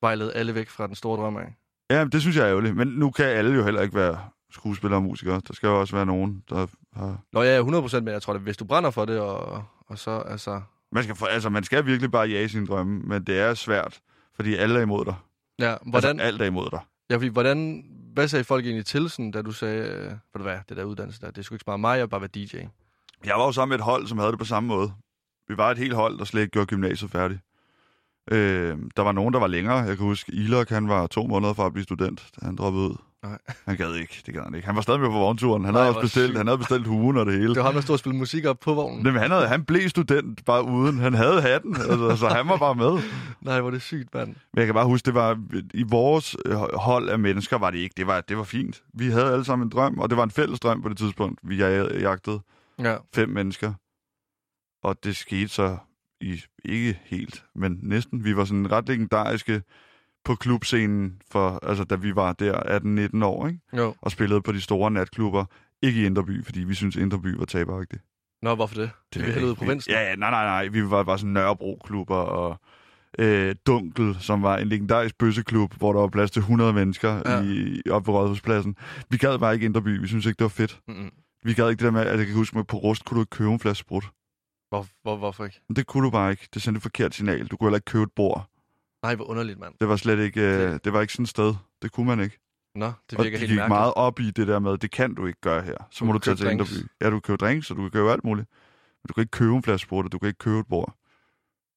S1: vejlede alle væk fra den store drøm af.
S2: Ja, det synes jeg er ærgerligt. Men nu kan alle jo heller ikke være skuespillere og musikere. Der skal jo også være nogen, der har...
S1: Nå, jeg er 100%, men jeg tror, at hvis du brænder for det, og, og så altså...
S2: Man skal, for, altså, man skal virkelig bare jage sine drømme, men det er svært, fordi alle er imod dig.
S1: Ja, hvordan,
S2: Altså, alt er imod dig.
S1: Ja, fordi hvordan, hvad sagde folk egentlig til, sådan, da du sagde, øh, ved du hvad, det der uddannelse der, det skulle ikke spare mig, jeg vil bare være DJ.
S2: Jeg var jo sammen med et hold, som havde det på samme måde. Vi var et helt hold, der slet ikke gjorde gymnasiet færdigt. Øh, der var nogen, der var længere. Jeg kan huske, Ilok, han var to måneder fra at blive student, da han droppede ud.
S1: Nej.
S2: Han gad ikke, det gad han ikke. Han var stadig med på vognturen. Han,
S1: Nej,
S2: havde,
S1: hvor
S2: også bestilt,
S1: sygt.
S2: han havde bestilt hugen og det hele.
S1: Det var ham, der stod og spillede musik op på vognen.
S2: Nej, men han, havde, han blev student bare uden. Han havde hatten, altså, så han var bare med.
S1: Nej, hvor er det sygt, mand.
S2: Men jeg kan bare huske, det var i vores øh, hold af mennesker var det ikke. Det var, det var fint. Vi havde alle sammen en drøm, og det var en fælles drøm på det tidspunkt. Vi jag- jagtede
S1: Ja,
S2: fem mennesker, og det skete så i, ikke helt, men næsten. Vi var sådan ret legendariske på klubscenen, for, altså, da vi var der 18-19 år, ikke?
S1: jo.
S2: og spillede på de store natklubber. Ikke i Indreby, fordi vi synes Indreby var taberagtigt.
S1: Nå, hvorfor det? Det er vi
S2: ved jeg
S1: hellere ude i
S2: ikke.
S1: provinsen.
S2: Ja, ja, nej, nej, nej. Vi var bare sådan Nørrebro-klubber og øh, Dunkel, som var en legendarisk bøsseklub, hvor der var plads til 100 mennesker
S1: Ja.
S2: ja. i, oppe på Rådhuspladsen. Vi gad bare ikke Indreby. Vi synes ikke, det var fedt.
S1: Mm-mm.
S2: Vi gad ikke det der med, at jeg kan huske, at på Rust kunne du ikke købe en flaske sprut.
S1: Hvor, hvor, hvorfor ikke?
S2: Men det kunne du bare ikke. Det sendte et forkert signal. Du kunne heller ikke købe et bord.
S1: Nej, hvor underligt, mand.
S2: Det var slet ikke, øh, det var ikke sådan et sted. Det kunne man ikke.
S1: Nå, det
S2: og
S1: virker
S2: de
S1: helt
S2: gik
S1: mærkeligt.
S2: meget op i det der med, det kan du ikke gøre her. Så
S1: Du
S2: må du
S1: kan
S2: tage
S1: købe
S2: til
S1: drinks.
S2: Indreby. Ja, du kan købe drinks, og du kan købe alt muligt. Men du kan ikke købe en flaske sprut, og du kan ikke købe et bord.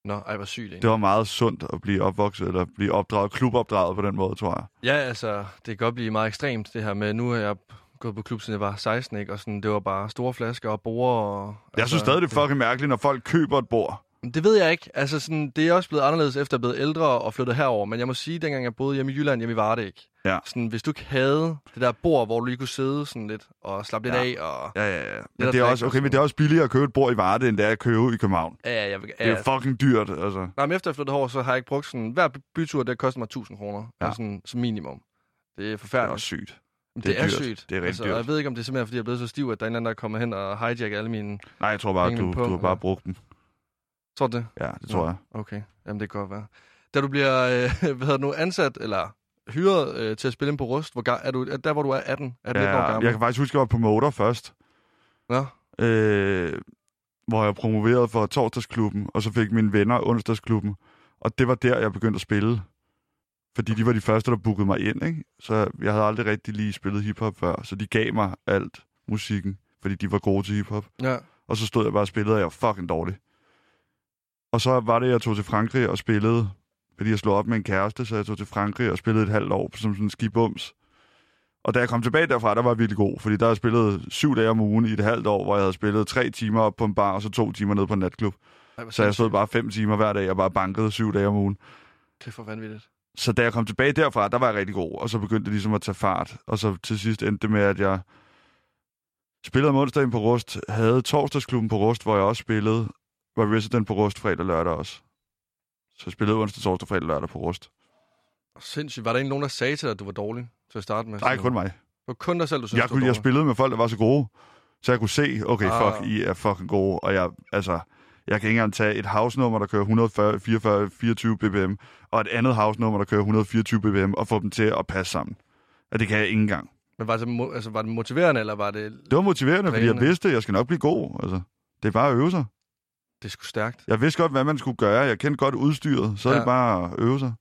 S1: Nå, ej, hvor sygt
S2: Det
S1: egentlig.
S2: var meget sundt at blive opvokset, eller blive opdraget, klubopdraget på den måde, tror jeg.
S1: Ja, altså, det kan godt blive meget ekstremt, det her med, nu er jeg gået på klub, siden jeg var 16, ikke? Og sådan, det var bare store flasker og borer og...
S2: Jeg
S1: altså,
S2: synes stadig, det er fucking mærkeligt, når folk køber et bord.
S1: Det ved jeg ikke. Altså, sådan, det er også blevet anderledes efter at jeg er blevet ældre og flyttet herover. Men jeg må sige, dengang jeg boede hjemme i Jylland, hjemme i Varde, ikke?
S2: Ja.
S1: Sådan, hvis du ikke havde det der bord, hvor du lige kunne sidde sådan lidt og slappe lidt
S2: Ja.
S1: af og...
S2: Ja, ja, ja.
S1: der
S2: Men det er
S1: drikker
S2: også, okay, men det er også billigere at købe et bord i Varde, end det er at købe i København.
S1: Ja, ja, jeg vil...
S2: Det er jo fucking dyrt, altså.
S1: Nej, men efter jeg flyttede herover, så har jeg ikke brugt sådan... Hver bytur, det koster mig 1000 kroner.
S2: Ja.
S1: Ja. Sådan, som minimum. Det er
S2: Det er
S1: forfærdeligt.
S2: også sygt.
S1: Men
S2: det er dyrt.
S1: sygt.
S2: Det er rigtig
S1: altså, og
S2: dyrt.
S1: Jeg ved ikke, om det er simpelthen, fordi jeg er blevet så stiv, at der er en eller anden, der er kommet hen og hijacker alle mine...
S2: Nej, jeg tror bare,
S1: Pengene
S2: du,
S1: på,
S2: du har bare
S1: eller?
S2: brugt dem.
S1: Tror du det?
S2: Ja, det tror
S1: Nå.
S2: jeg.
S1: Okay, jamen det kan godt være. Da du bliver øh, hvad hedder det nu, ansat, eller hyret øh, til at spille ind på Rust, hvor ga- er du, er der hvor du er 18, 18 ja, år
S2: Ja,
S1: gammel?
S2: jeg kan faktisk huske, at jeg var promoter først,
S1: Nå,
S2: øh, hvor jeg promoverede for torsdagsklubben, og så fik mine venner onsdagsklubben. Og det var der, jeg begyndte at spille. Fordi de var de første, der bookede mig ind, ikke? Så jeg havde aldrig rigtig lige spillet hiphop før, så de gav mig alt musikken, fordi de var gode til hiphop.
S1: ja.
S2: Og så stod jeg bare og spillede, og jeg var fucking dårlig. Og så var det, jeg tog til Frankrig og spillede, fordi jeg slog op med en kæreste, så jeg tog til Frankrig og spillede et halvt år som sådan en skibums. Og da jeg kom tilbage derfra, der var jeg virkelig god, fordi der havde jeg spillet syv dage om ugen i et halvt år, hvor jeg havde spillet tre timer op på en bar, og så to timer ned på en natklub.
S1: Ej, hvor
S2: Så jeg
S1: sindssygt.
S2: stod bare fem timer hver dag, og bare bankede syv dage om ugen.
S1: Kæft for vanvittigt.
S2: Så da jeg kom tilbage derfra, der var jeg rigtig god, og så begyndte det ligesom at tage fart. Og så til sidst endte det med, at jeg spillede om onsdagen på Rust, havde torsdagsklubben på Rust, hvor jeg også spillede, var resident på Rust fredag og lørdag også. Så jeg spillede onsdag, torsdag, fredag og lørdag på Rust.
S1: Og Sindssygt. Var der egentlig nogen, der sagde til dig, at du var dårlig til at starte med?
S2: Nej,
S1: Sådan-
S2: kun mig.
S1: Det var kun dig selv, du synes,
S2: Jeg,
S1: du var
S2: kunne, jeg
S1: dårlig.
S2: spillede med folk, der var så gode. Så jeg kunne se, okay,
S1: Ah.
S2: fuck, I er fucking gode, og jeg, altså, jeg kan ikke engang tage et house-nummer, der kører 144 24 bpm, og et andet house-nummer, der kører 124 bpm, og få dem til at passe sammen. Og det kan jeg ikke engang.
S1: Men var det, mo- altså, var det motiverende, eller var det...
S2: Det var motiverende, fordi jeg
S1: Trænende.
S2: vidste, at jeg skal nok blive god. Altså, det er bare at øve sig.
S1: Det er sgu stærkt.
S2: Jeg vidste godt, hvad man skulle gøre. Jeg kendte godt udstyret. Så er
S1: Ja.
S2: det bare at øve sig.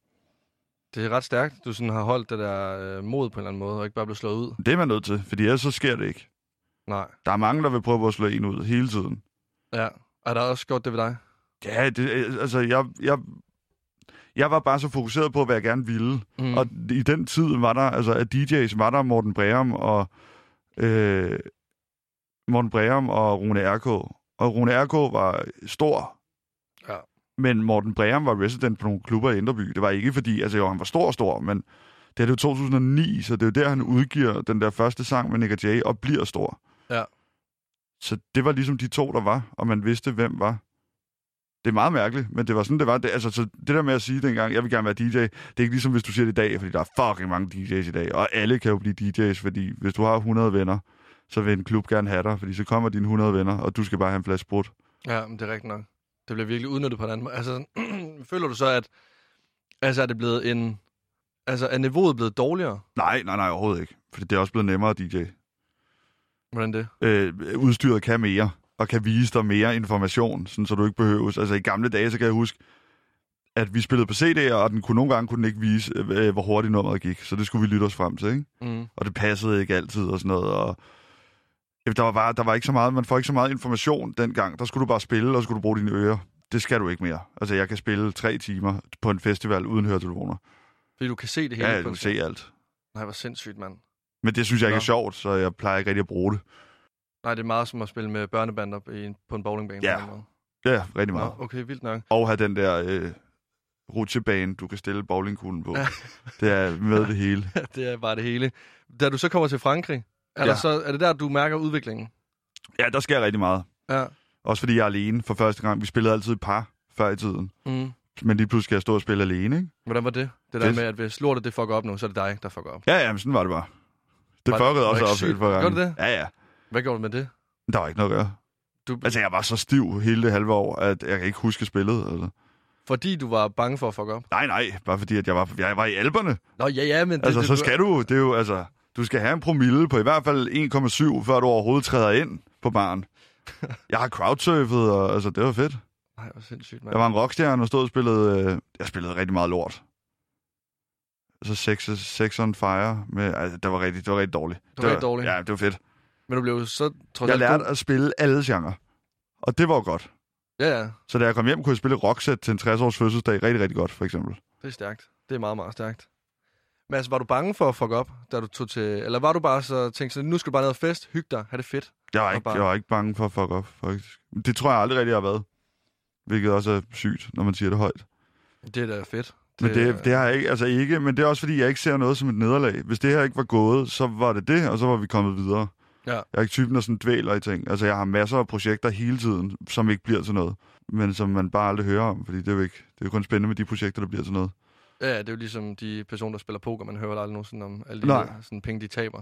S1: Det er ret stærkt, du sådan har holdt det der øh, mod på en eller anden måde, og ikke bare blevet slået ud.
S2: Det er man nødt til, fordi ellers så sker det ikke.
S1: Nej.
S2: Der er mange, der vil prøve på at slå en ud hele tiden.
S1: Ja. Og der er også gjort det ved dig.
S2: Ja, det, altså, jeg, jeg, jeg var bare så fokuseret på, hvad jeg gerne ville. Mm. Og i den tid var der, altså af DJ's, var der Morten Breum og, øh, Morten Breum og Rune RK. Og Rune RK var stor.
S1: Ja.
S2: Men Morten Breum var resident på nogle klubber i Indreby. Det var ikke fordi, altså jo, han var stor, stor, men det er det jo 2009, så det er jo der, han udgiver den der første sang med Nick Jay og bliver stor.
S1: Ja.
S2: Så det var ligesom de to, der var, og man vidste, hvem var. Det er meget mærkeligt, men det var sådan, det var. Det, altså, så det der med at sige dengang, jeg vil gerne være DJ, det er ikke ligesom, hvis du siger det i dag, fordi der er fucking mange DJ's i dag, og alle kan jo blive DJ's, fordi hvis du har 100 venner, så vil en klub gerne have dig, fordi så kommer dine 100 venner, og du skal bare have en flaske sprut.
S1: Ja, men det er rigtigt nok. Det bliver virkelig udnyttet på en anden måde. Altså, sådan, føler du så, at altså, er det blevet en... Altså, er niveauet blevet dårligere?
S2: Nej, nej, nej, overhovedet ikke. Fordi det er også blevet nemmere at DJ.
S1: Hvordan det?
S2: øh, udstyret kan mere, og kan vise dig mere information, sådan, så du ikke behøves. Altså i gamle dage, så kan jeg huske, at vi spillede på CD'er, og den kunne nogle gange kunne den ikke vise, øh, hvor hurtigt nummeret gik. Så det skulle vi lytte os frem til, ikke?
S1: Mm.
S2: Og det passede ikke altid og sådan noget. Og Jamen, der var, bare, der var ikke så meget, man får ikke så meget information dengang. Der skulle du bare spille, og så skulle du bruge dine ører. Det skal du ikke mere. Altså, jeg kan spille tre timer på en festival uden høretelefoner.
S1: Fordi du kan se det hele.
S2: Ja,
S1: på
S2: du kan
S1: en
S2: se
S1: scene.
S2: alt.
S1: Nej, hvor sindssygt, mand.
S2: Men det synes jeg ikke er
S1: Nå.
S2: sjovt, så jeg plejer ikke rigtig at bruge det.
S1: Nej, det er meget som at spille med børnebander i en, på en bowlingbane. på
S2: Ja,
S1: en eller anden måde.
S2: Ja, rigtig meget.
S1: Nå, okay, vildt nok.
S2: Og have den der øh, rutsjebane, du kan stille bowlingkuglen på.
S1: Ja.
S2: det er med det hele.
S1: det er bare det hele. Da du så kommer til Frankrig, er, ja.
S2: Ja.
S1: der så, er det der, du mærker udviklingen?
S2: Ja, der sker rigtig meget.
S1: Ja.
S2: Også fordi jeg er alene for første gang. Vi spillede altid i par før i tiden.
S1: Mm.
S2: Men lige pludselig skal jeg stå og spille alene, ikke?
S1: Hvordan var det? Det der
S2: Fedt.
S1: med, at hvis lortet det fucker op nu, så er det dig, der fucker op.
S2: Ja, ja, men sådan var det bare. Det
S1: Var-
S2: fuckede
S1: var
S2: også
S1: det
S2: op
S1: ikke sygt?
S2: for gangen.
S1: Gjorde det
S2: Ja, ja.
S1: Hvad gjorde du med det?
S2: Men Der var ikke noget at gøre.
S1: Du,
S2: Altså, jeg var så stiv hele det halve år, at jeg kan ikke huske spillet. Altså.
S1: fordi du var bange for at fuck op?
S2: Nej, nej, bare fordi at jeg, var, jeg var i alberne.
S1: Nå, ja, ja, men... Det,
S2: Altså,
S1: det,
S2: så
S1: du-
S2: skal du, det er jo, altså, du skal have en promille på i hvert fald 1,7, før du overhovedet træder ind på baren. Jeg har crowdsurfet, og altså, det var fedt.
S1: Nej, hvor sindssygt, mand.
S2: Jeg var en rockstjerne og stod og spillede, øh, jeg spillede rigtig meget lort. Så sex, sex on fire, med, altså, det var rigtig, det var rigtig dårligt.
S1: var rigtig dårligt.
S2: Ja, det var fedt.
S1: Men du blev jo så trods
S2: Jeg
S1: alt
S2: lærte
S1: god.
S2: at spille alle genrer, og det var jo godt.
S1: Ja, ja.
S2: Så da jeg kom hjem, kunne jeg spille rockset til en 60-års fødselsdag rigtig, rigtig godt, for eksempel.
S1: Det er stærkt. Det er meget, meget stærkt. Men altså, var du bange for at fuck op, da du tog til... Eller var du bare så tænkte sådan, nu skal du bare ned og fest, hygge dig, have det fedt.
S2: Jeg var,
S1: Og
S2: ikke,
S1: bare-
S2: jeg var ikke bange for at fuck op, faktisk. Det tror jeg aldrig rigtig, jeg har været. Hvilket også er sygt, når man siger det højt.
S1: Det er da fedt.
S2: Men det, det har jeg ikke, altså ikke, men det er også fordi, jeg ikke ser noget som et nederlag. Hvis det her ikke var gået, så var det det, og så var vi kommet videre.
S1: Ja.
S2: Jeg er ikke typen, der sådan dvæler i ting. Altså, jeg har masser af projekter hele tiden, som ikke bliver til noget. Men som man bare aldrig hører om, fordi det er jo ikke, det er jo kun spændende med de projekter, der bliver til noget.
S1: Ja, ja, det er jo ligesom de personer, der spiller poker. Man hører aldrig nogensinde om alle de
S2: Nej.
S1: der, sådan, penge, de taber.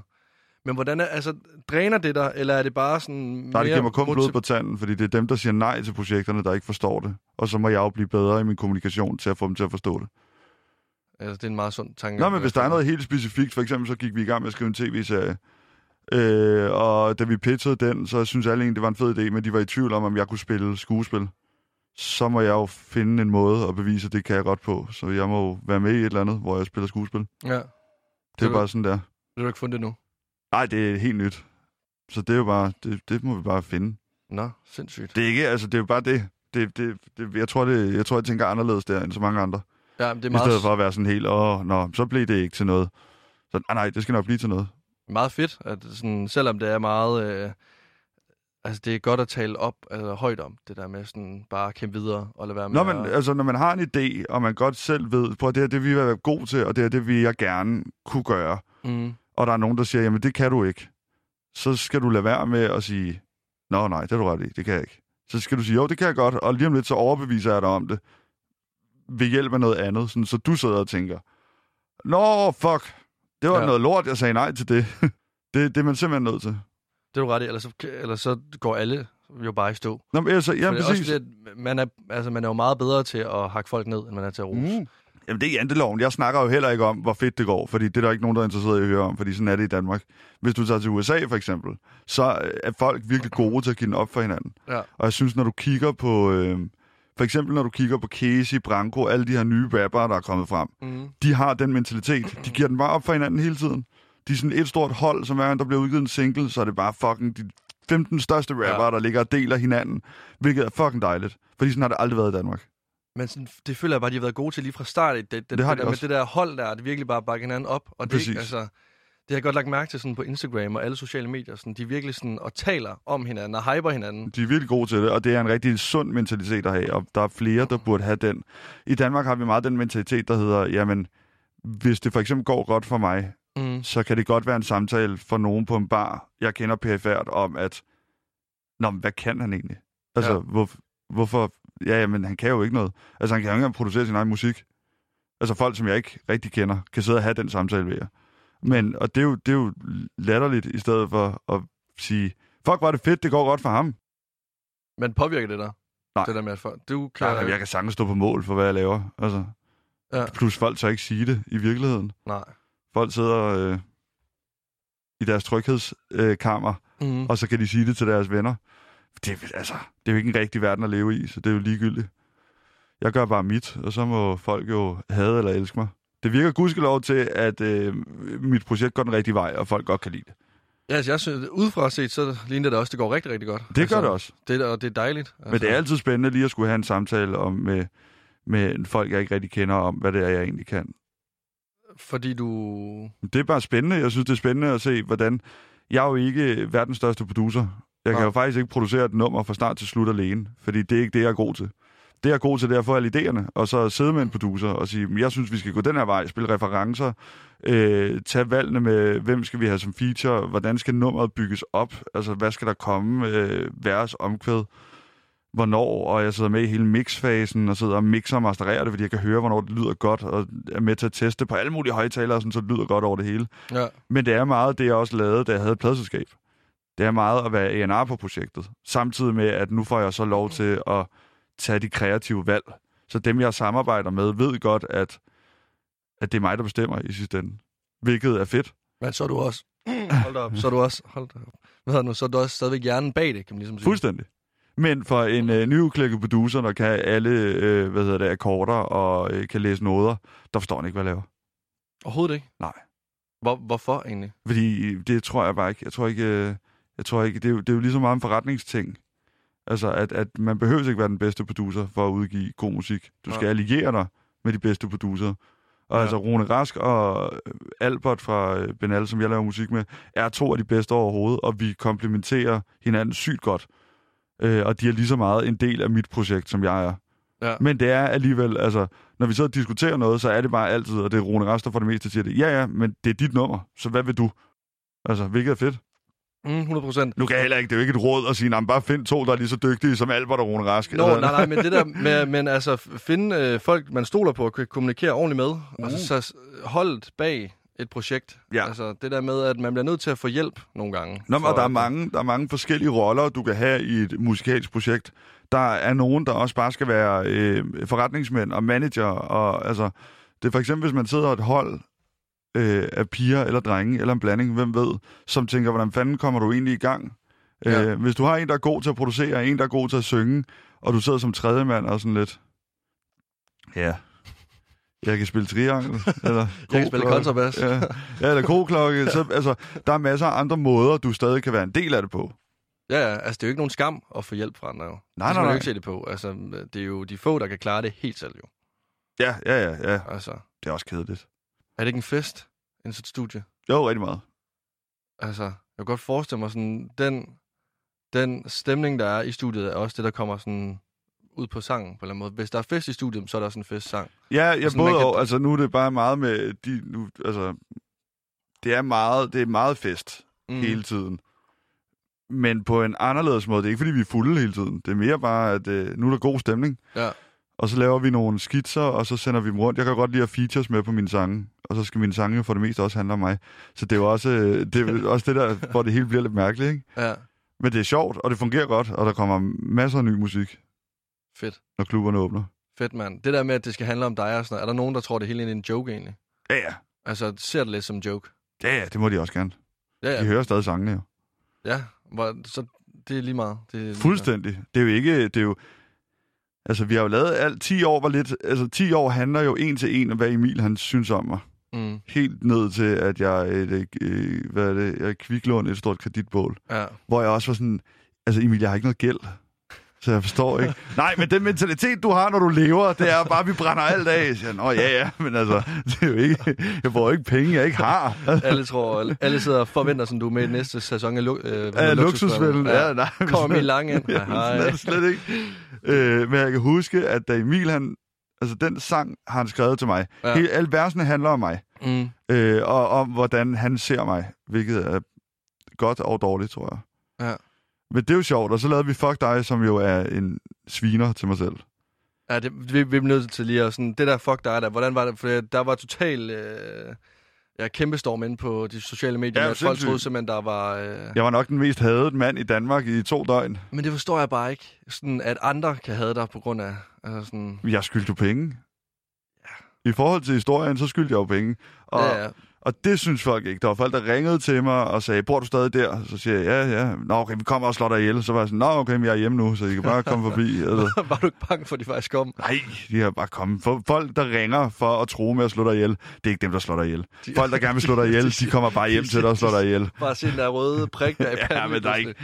S1: Men hvordan er, altså, dræner det dig, eller er det bare sådan
S2: Nej, det giver mig kun
S1: motiv-
S2: blod på tanden, fordi det er dem, der siger nej til projekterne, der ikke forstår det. Og så må jeg jo blive bedre i min kommunikation til at få dem til at forstå det.
S1: Altså, det er en meget sund tanke.
S2: Nå, men hvis der er noget helt specifikt, for eksempel så gik vi i gang med at skrive en tv-serie, øh, og da vi pitchede den, så synes alle egentlig, det var en fed idé, men de var i tvivl om, om jeg kunne spille skuespil. Så må jeg jo finde en måde at bevise, at det kan jeg godt på. Så jeg må jo være med i et eller andet, hvor jeg spiller skuespil. Det
S1: Ja,
S2: er
S1: Det-
S2: jo bare sådan der.
S1: det har du ikke fundet endnu.
S2: Nej, det er helt nyt. Så det er jo bare, det, det må vi bare finde.
S1: Nå, sindssygt.
S2: Det er ikke, altså det er jo bare det. det, det, det jeg, tror, det, jeg tror, jeg tænker anderledes der, end så mange andre.
S1: Ja, men det er
S2: I stedet
S1: meget,
S2: for at være sådan helt, åh, nå, så blev det ikke til noget. Så "Ah, nej, nej, det skal nok blive til noget.
S1: meget fedt, at sådan, selvom det er meget... Øh, altså, det er godt at tale op, altså højt om, det der med sådan bare at kæmpe videre og lade være med
S2: Nå, men
S1: at...
S2: altså, når man har en idé, og man godt selv ved, på det er det, vi vil være god til, og det er det, vi jeg gerne kunne gøre,
S1: Mm,
S2: og der er nogen, der siger, jamen det kan du ikke, så skal du lade være med at sige, nå nej, det er du ret i, det kan jeg ikke. Så skal du sige, jo, det kan jeg godt, og lige om lidt, så overbeviser jeg dig om det, ved hjælp af noget andet, sådan, så du sidder og tænker, nå, fuck, det var
S1: Ja.
S2: ja. noget lort, jeg sagde nej til det. det, det er man simpelthen nødt til.
S1: Det er du ret i, ellers så, ellers så går alle jo bare i stå.
S2: Nå, men altså, ja,
S1: For det er
S2: præcis.
S1: også det, at man, er, altså, man er jo meget bedre til at hakke folk ned, end man er til at rose. Mm.
S2: Mm. Jamen, det er janteloven. Jeg snakker jo heller ikke om, hvor fedt det går, fordi det er der ikke nogen, der er interesseret i at høre om, fordi sådan er det i Danmark. Hvis du tager til USA, for eksempel, så øh, er folk virkelig gode til at give den op for hinanden.
S1: Ja.
S2: Og jeg synes, når du kigger på... Øh, for eksempel, når du kigger på Casey, Branko, alle de her nye rappere, der er kommet frem,
S1: Mm.
S2: de har den mentalitet. De giver den bare op for hinanden hele tiden. De er sådan et stort hold, som hver gang der bliver udgivet en single, så er det bare fucking de 15 største rappere,
S1: Ja.
S2: ja. der ligger og deler hinanden, hvilket er fucking dejligt. Fordi sådan har det aldrig været i Danmark.
S1: Men sådan, det føler jeg bare, de har været gode til lige fra start. Det, det,
S2: Det har de
S1: der, med
S2: også.
S1: det der hold der, det virkelig bare bakker hinanden op. Og det, er ikke-
S2: Præcis.
S1: altså, det har jeg godt lagt mærke til sådan på Instagram og alle sociale medier. Sådan, de er virkelig sådan, og taler om hinanden og hyper hinanden.
S2: De er virkelig gode til det, og det er en rigtig sund mentalitet at have, og der er flere, der burde have den. I Danmark har vi meget den mentalitet, der hedder, jamen, hvis det for eksempel går godt for mig,
S1: Mm.
S2: så kan det godt være en samtale for nogen på en bar, jeg kender perifært, om at, nå, men hvad kan han egentlig? Altså,
S1: Ja.
S2: ja. hvor, hvorfor? Ja, jamen, han kan jo ikke noget. Altså, han kan jo ikke engang producere sin egen musik. Altså, folk, som jeg ikke rigtig kender, kan sidde og have den samtale ved jer. Men, og det er jo, det er jo latterligt, i stedet for at sige, fuck, var det fedt, det går godt for ham.
S1: Men påvirker det dig?
S2: Nej.
S1: Det der med, at folk, du kan...
S2: Nej, jeg kan sagtens stå på mål for, hvad jeg laver. Altså,
S1: Ja.
S2: ja. Plus folk tør ikke sige det i virkeligheden.
S1: Nej.
S2: Folk sidder øh, i deres tryghedskammer, øh, kammer,
S1: Mm.
S2: og så kan de sige det til deres venner. Det, er- altså, det er jo ikke en rigtig verden at leve i, så det er jo ligegyldigt. Jeg gør bare mit, og så må folk jo hade eller elske mig. Det virker gudskelov til, at øh, mit projekt går den rigtige vej, og folk godt kan lide det.
S1: Ja, altså, jeg synes, udefra set, så ligner det også, det går rigtig, rigtig godt.
S2: Det
S1: altså,
S2: gør det også.
S1: Det, er- og det er dejligt. Altså,
S2: Men det er altid spændende lige at skulle have en samtale om, med, med folk, jeg ikke rigtig kender, om hvad det er, jeg egentlig kan.
S1: Fordi du...
S2: Det er bare spændende. Jeg synes, det er spændende at se, hvordan... Jeg er jo ikke verdens største producer. Jeg kan
S1: Nej.
S2: jo faktisk ikke producere et nummer fra start til slut alene, fordi det er ikke det, jeg er god til. Det, jeg er god til, det er at få alle idéerne, og så sidde med en producer og sige, "Men jeg synes, vi skal gå den her vej, spille referencer, øh, tage valgene med, hvem skal vi have som feature, hvordan skal nummeret bygges op, altså hvad skal der komme, øh, vers, omkvæd, hvornår, og jeg sidder med i hele mixfasen og sidder og mixer og mastererer det, fordi jeg kan høre, hvornår det lyder godt, og er med til at teste på alle mulige højtalere, sådan, så det lyder godt over det hele.
S1: Ja.
S2: Men det er meget det, jeg også lavede, da jeg havde et pladselskab. Det er meget at være A&R på projektet. Samtidig med, at nu får jeg så lov til at tage de kreative valg. Så dem, jeg samarbejder med, ved godt, at, at det er mig, der bestemmer i sidste ende. Hvilket er fedt.
S1: Men så er du også... hold da op. Så er du også... Hold da op. Hvad hedder det nu? Så er du også stadigvæk hjernen bag det, kan man ligesom sige.
S2: Fuldstændig. Men for en øh, nyudklækket producer, der kan alle øh, hvad hedder det, akkorder og øh, kan læse noder, der forstår han ikke, hvad jeg laver.
S1: Overhovedet ikke.
S2: Nej.
S1: Hvor, hvorfor egentlig?
S2: Fordi det tror jeg bare ikke. Jeg tror ikke, øh, jeg tror ikke det, er jo, det er jo lige så meget en forretningsting. Altså, at, at man behøver ikke være den bedste producer for at udgive god musik. Du skal
S1: Nej.
S2: alliere dig med de bedste producer. Og
S1: Ja.
S2: ja. altså, Rune Rask og øh, Albert fra øh, Benal, som jeg laver musik med, er to af de bedste overhovedet, og vi komplementerer hinanden sygt godt. Øh, og de er lige så meget en del af mit projekt, som jeg er.
S1: Ja.
S2: Men det er alligevel, altså, når vi så diskuterer noget, så er det bare altid, og det er Rune Rask, der for det meste siger det, ja, ja, men det er dit nummer, så hvad vil du? Altså, hvilket er fedt.
S1: Mm, 100 procent.
S2: Nu kan jeg heller ikke, det er jo ikke et råd at sige, nej, men bare find to, der er lige så dygtige som Albert og Rune Rask. Altså,
S1: Nå,
S2: Eller-
S1: nej, nej, men det der med, men altså, f- finde øh, folk, man stoler på og kan kommunikere ordentligt med, mm. og så, så s- holdet bag et projekt.
S2: Ja.
S1: Altså, det der med, at man bliver nødt til at få hjælp nogle gange.
S2: Nå, men og
S1: For-
S2: der er, mange, der er mange forskellige roller, du kan have i et musikalsk projekt. Der er nogen, der også bare skal være øh, forretningsmænd og manager. Og, altså, det er for eksempel, hvis man sidder et hold øh, af piger eller drenge, eller en blanding, hvem ved, som tænker, hvordan fanden kommer du egentlig i gang?
S1: Ja.
S2: Ja. Øh, hvis du har en, der er god til at producere, og en, der er god til at synge, og du sidder som tredje mand og sådan lidt... Ja. Jeg kan spille triangel. Eller
S1: Jeg kan spille
S2: krogklokke."
S1: kontrabas.
S2: Ja, ja eller koklokke. Så, altså, der er masser af andre måder, du stadig kan være en del af det på.
S1: Ja, ja, altså, det er jo ikke nogen skam at få hjælp fra andre, jo.
S2: Nej,
S1: det skal
S2: nej,
S1: man jo
S2: nej.
S1: ikke se det på. Altså, det er jo de få, der kan klare det helt selv, jo.
S2: Ja, ja, ja, ja.
S1: Altså,
S2: Det er også kedeligt.
S1: er det ikke en fest, en sådan studie?
S2: Jo, rigtig meget.
S1: Altså, jeg kan godt forestille mig sådan, den, den stemning, der er i studiet, er også det, der kommer sådan ud på sangen på en eller anden måde. Hvis der er fest i studiet, så er der også en festsang.
S2: Ja, jeg
S1: Sådan, man
S2: både
S1: kan-
S2: og, altså nu er det bare meget med de, nu, altså, det er meget, det er meget fest
S1: Mm.
S2: mm. hele tiden. Men på en anderledes måde. Det er ikke, fordi vi er fulde hele tiden. Det er mere bare, at øh, nu er der god stemning.
S1: Ja.
S2: Og så laver vi nogle skitser, og så sender vi dem rundt. Jeg kan godt lide at have features med på mine sange, og så skal mine sange jo for det meste også handle om mig. Så det er jo også, øh, det, er jo også det der, hvor det hele bliver lidt mærkeligt, ikke?
S1: Ja,
S2: Men det er sjovt, og det fungerer godt, og der kommer masser af ny musik,
S1: fedt.
S2: når klubberne åbner.
S1: Fedt, mand. Det der med, at det skal handle om dig og sådan noget. Er der nogen, der tror, det hele er en joke egentlig?
S2: Ja, ja.
S1: Altså, ser det lidt som en joke?
S2: Ja, ja, det må de også gerne.
S1: Ja,
S2: De
S1: ja.
S2: hører stadig sangene, jo.
S1: ja. Hvor, så det er lige meget. Det er lige meget.
S2: Fuldstændig. Det er jo ikke... Det er jo, altså, vi har jo lavet alt... 10 år var lidt... Altså, 10 år handler jo en til en om, hvad Emil han synes om mig.
S1: Mm,
S2: Helt ned til, at jeg, er et, øh, hvad er det, jeg kviklån et stort kreditbål.
S1: ja.
S2: Hvor jeg også var sådan... Altså, Emil, jeg har ikke noget gæld. Så jeg forstår ikke. Nej, men den mentalitet, du har, når du lever, det er bare, at vi brænder alt af. Så jeg, Nå, ja, ja, men altså, det er jo ikke, jeg får jo ikke penge, jeg ikke har.
S1: Alle tror, alle- alle sidder og forventer, som du er med i næste sæson af, lu- øh, hvad hedder
S2: Ja,
S1: det,
S2: luksusfælden. Ja, nej. men
S1: Kommer
S2: sådan-
S1: min lange ind. Hej,
S2: Jamen, sådan er
S1: hej.
S2: det slet ikke. Øh, men jeg kan huske, at da Emil, han, altså den sang, har han skrevet til mig.
S1: Ja.
S2: Ja. Hele, alle versene handler om mig,
S1: Mm.
S2: øh, og om hvordan han ser mig, hvilket er godt og dårligt, tror jeg.
S1: Ja.
S2: Men det er jo sjovt, og så lavede vi Fuck dig, som jo er en sviner til mig selv.
S1: Ja, det, vi, vi er nødt til lige at sådan, det der fuck dig der, hvordan var det? For der var total øh, ja, kæmpestorm inde på de sociale medier,
S2: Ja,
S1: ja, at folk
S2: sindssygt.
S1: troede simpelthen, der var... Øh... Ja.
S2: Jeg var nok den mest hadede mand i Danmark i to døgn.
S1: Men det forstår jeg bare ikke, sådan, at andre kan have dig på grund af... Altså sådan,
S2: Jeg skyldte jo penge. I forhold til historien, så skyldte jeg jo penge. Og,
S1: ja, ja.
S2: Og det synes folk ikke. Der var folk, der ringede til mig og sagde, bor du stadig der? Så siger jeg, ja, ja. Nå, okay, vi kommer og slår dig ihjel. Så var jeg sådan, nå, okay, men jeg er hjemme nu, så I kan bare komme forbi. Altså,
S1: var du ikke bange for, at de faktisk kom?
S2: nej, de har bare kommet. For, folk, der ringer for at tro med at slå dig ihjel, det er ikke dem, der slår dig ihjel. Folk, der gerne vil slå dig ihjel, de kommer bare hjem til dig og slår dig ihjel.
S1: Bare se den der røde prik der i panden.
S2: Ja, men der er,
S1: pludselig.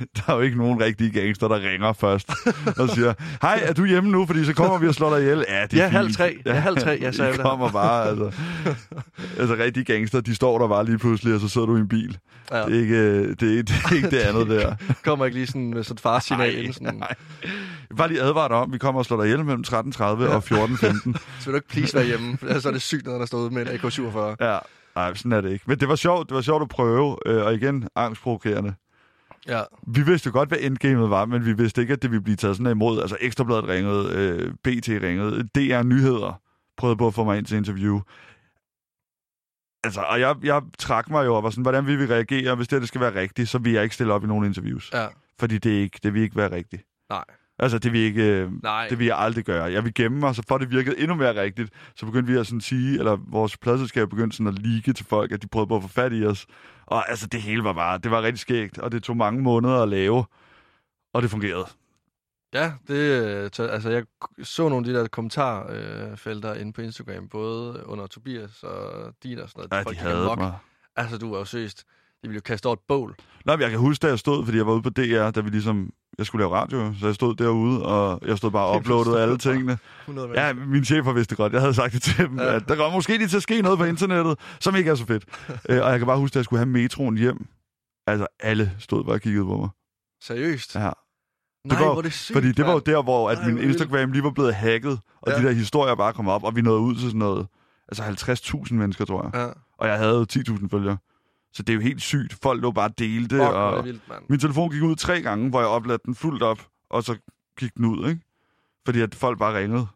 S2: ikke, der er jo ikke nogen rigtige gangster, der ringer først og siger, hej, er du hjemme nu, fordi så kommer vi og slår dig ihjel. Ja, det er
S1: Ja, halv
S2: fint.
S1: tre. Ja, halv tre, ja, så er
S2: de
S1: det.
S2: kommer bare, altså. altså rigtige gangster, de står der bare lige pludselig, og så sidder du i en bil.
S1: Ja.
S2: Ja. Det, er ikke, øh, det, er, det er ikke det andet der.
S1: Kommer ikke lige sådan med sådan et farsignal inden sådan...
S2: nej. Bare lige advare dig om, vi kommer og slår dig ihjel mellem 13.30 og 14.15.
S1: Så vil du ikke please være hjemme, for ellers så er det sygt, når der står ude med en AK-47.
S2: ja. Nej, sådan er det ikke. Men det var sjovt, det var sjovt at prøve, øh, og igen, angstprovokerende.
S1: Ja.
S2: Vi vidste jo godt, hvad endgamet var, men vi vidste ikke, at det ville blive taget sådan her imod. Altså Ekstrabladet ringede, øh, BT ringede, DR Nyheder prøvede på at få mig ind til interview. Altså, og jeg, jeg trak mig jo op og var sådan, hvordan vil vi reagere, hvis det, her, det skal være rigtigt, så vil jeg ikke stille op i nogen interviews.
S1: Ja.
S2: Fordi det, er ikke, det vil ikke være rigtigt.
S1: Nej.
S2: Altså, det vil, ikke, øh,
S1: Nej.
S2: det vil jeg aldrig gøre. Jeg vil gemme mig, så for det virkede endnu mere rigtigt, så begyndte vi at sådan sige, eller vores pladselskab begyndte sådan at like til folk, at de prøvede på at få fat i os. Og altså, det hele var bare, det var rigtig skægt, og det tog mange måneder at lave, og det fungerede.
S1: Ja, det, øh, tør- altså jeg k- så nogle af de der kommentarfelter øh, inde på Instagram, både under Tobias og din og sådan noget.
S2: Ja,
S1: Folk
S2: de
S1: gik
S2: havde
S1: amok.
S2: mig.
S1: Altså, du var jo seriøst. De ville jo kaste over et bål.
S2: Nå, men jeg kan huske, da jeg stod, fordi jeg var ude på DR, da vi ligesom, jeg skulle lave radio, så jeg stod derude, og jeg stod bare og uploadede alle tingene.
S1: 100
S2: Ja, min chefer vidste godt. Jeg havde sagt det til dem,
S1: Ja.
S2: ja. at der kommer måske lige til at ske noget på internettet, som ikke er så fedt. Øh, og jeg kan bare huske, at jeg skulle have metroen hjem. Altså, alle stod bare og kiggede på mig.
S1: Seriøst?
S2: Ja.
S1: Nej,
S2: var-
S1: hvor er det sygt,
S2: Fordi det var jo
S1: mand.
S2: der, hvor at
S1: Ej, hvor
S2: min
S1: vildt.
S2: Instagram lige var blevet hacket, og
S1: Ja.
S2: de der historier bare kom op, og vi nåede ud til sådan noget, altså 50.000 mennesker, tror jeg.
S1: Ja.
S2: Og jeg havde 10.000 følgere. Så det er jo helt sygt. Folk lå bare og delte.
S1: Fuck, hvor er
S2: og...
S1: det vildt, mand.
S2: Min telefon gik ud tre gange, hvor jeg opladte den fuldt op, og så gik den ud, ikke? Fordi at folk bare ringede.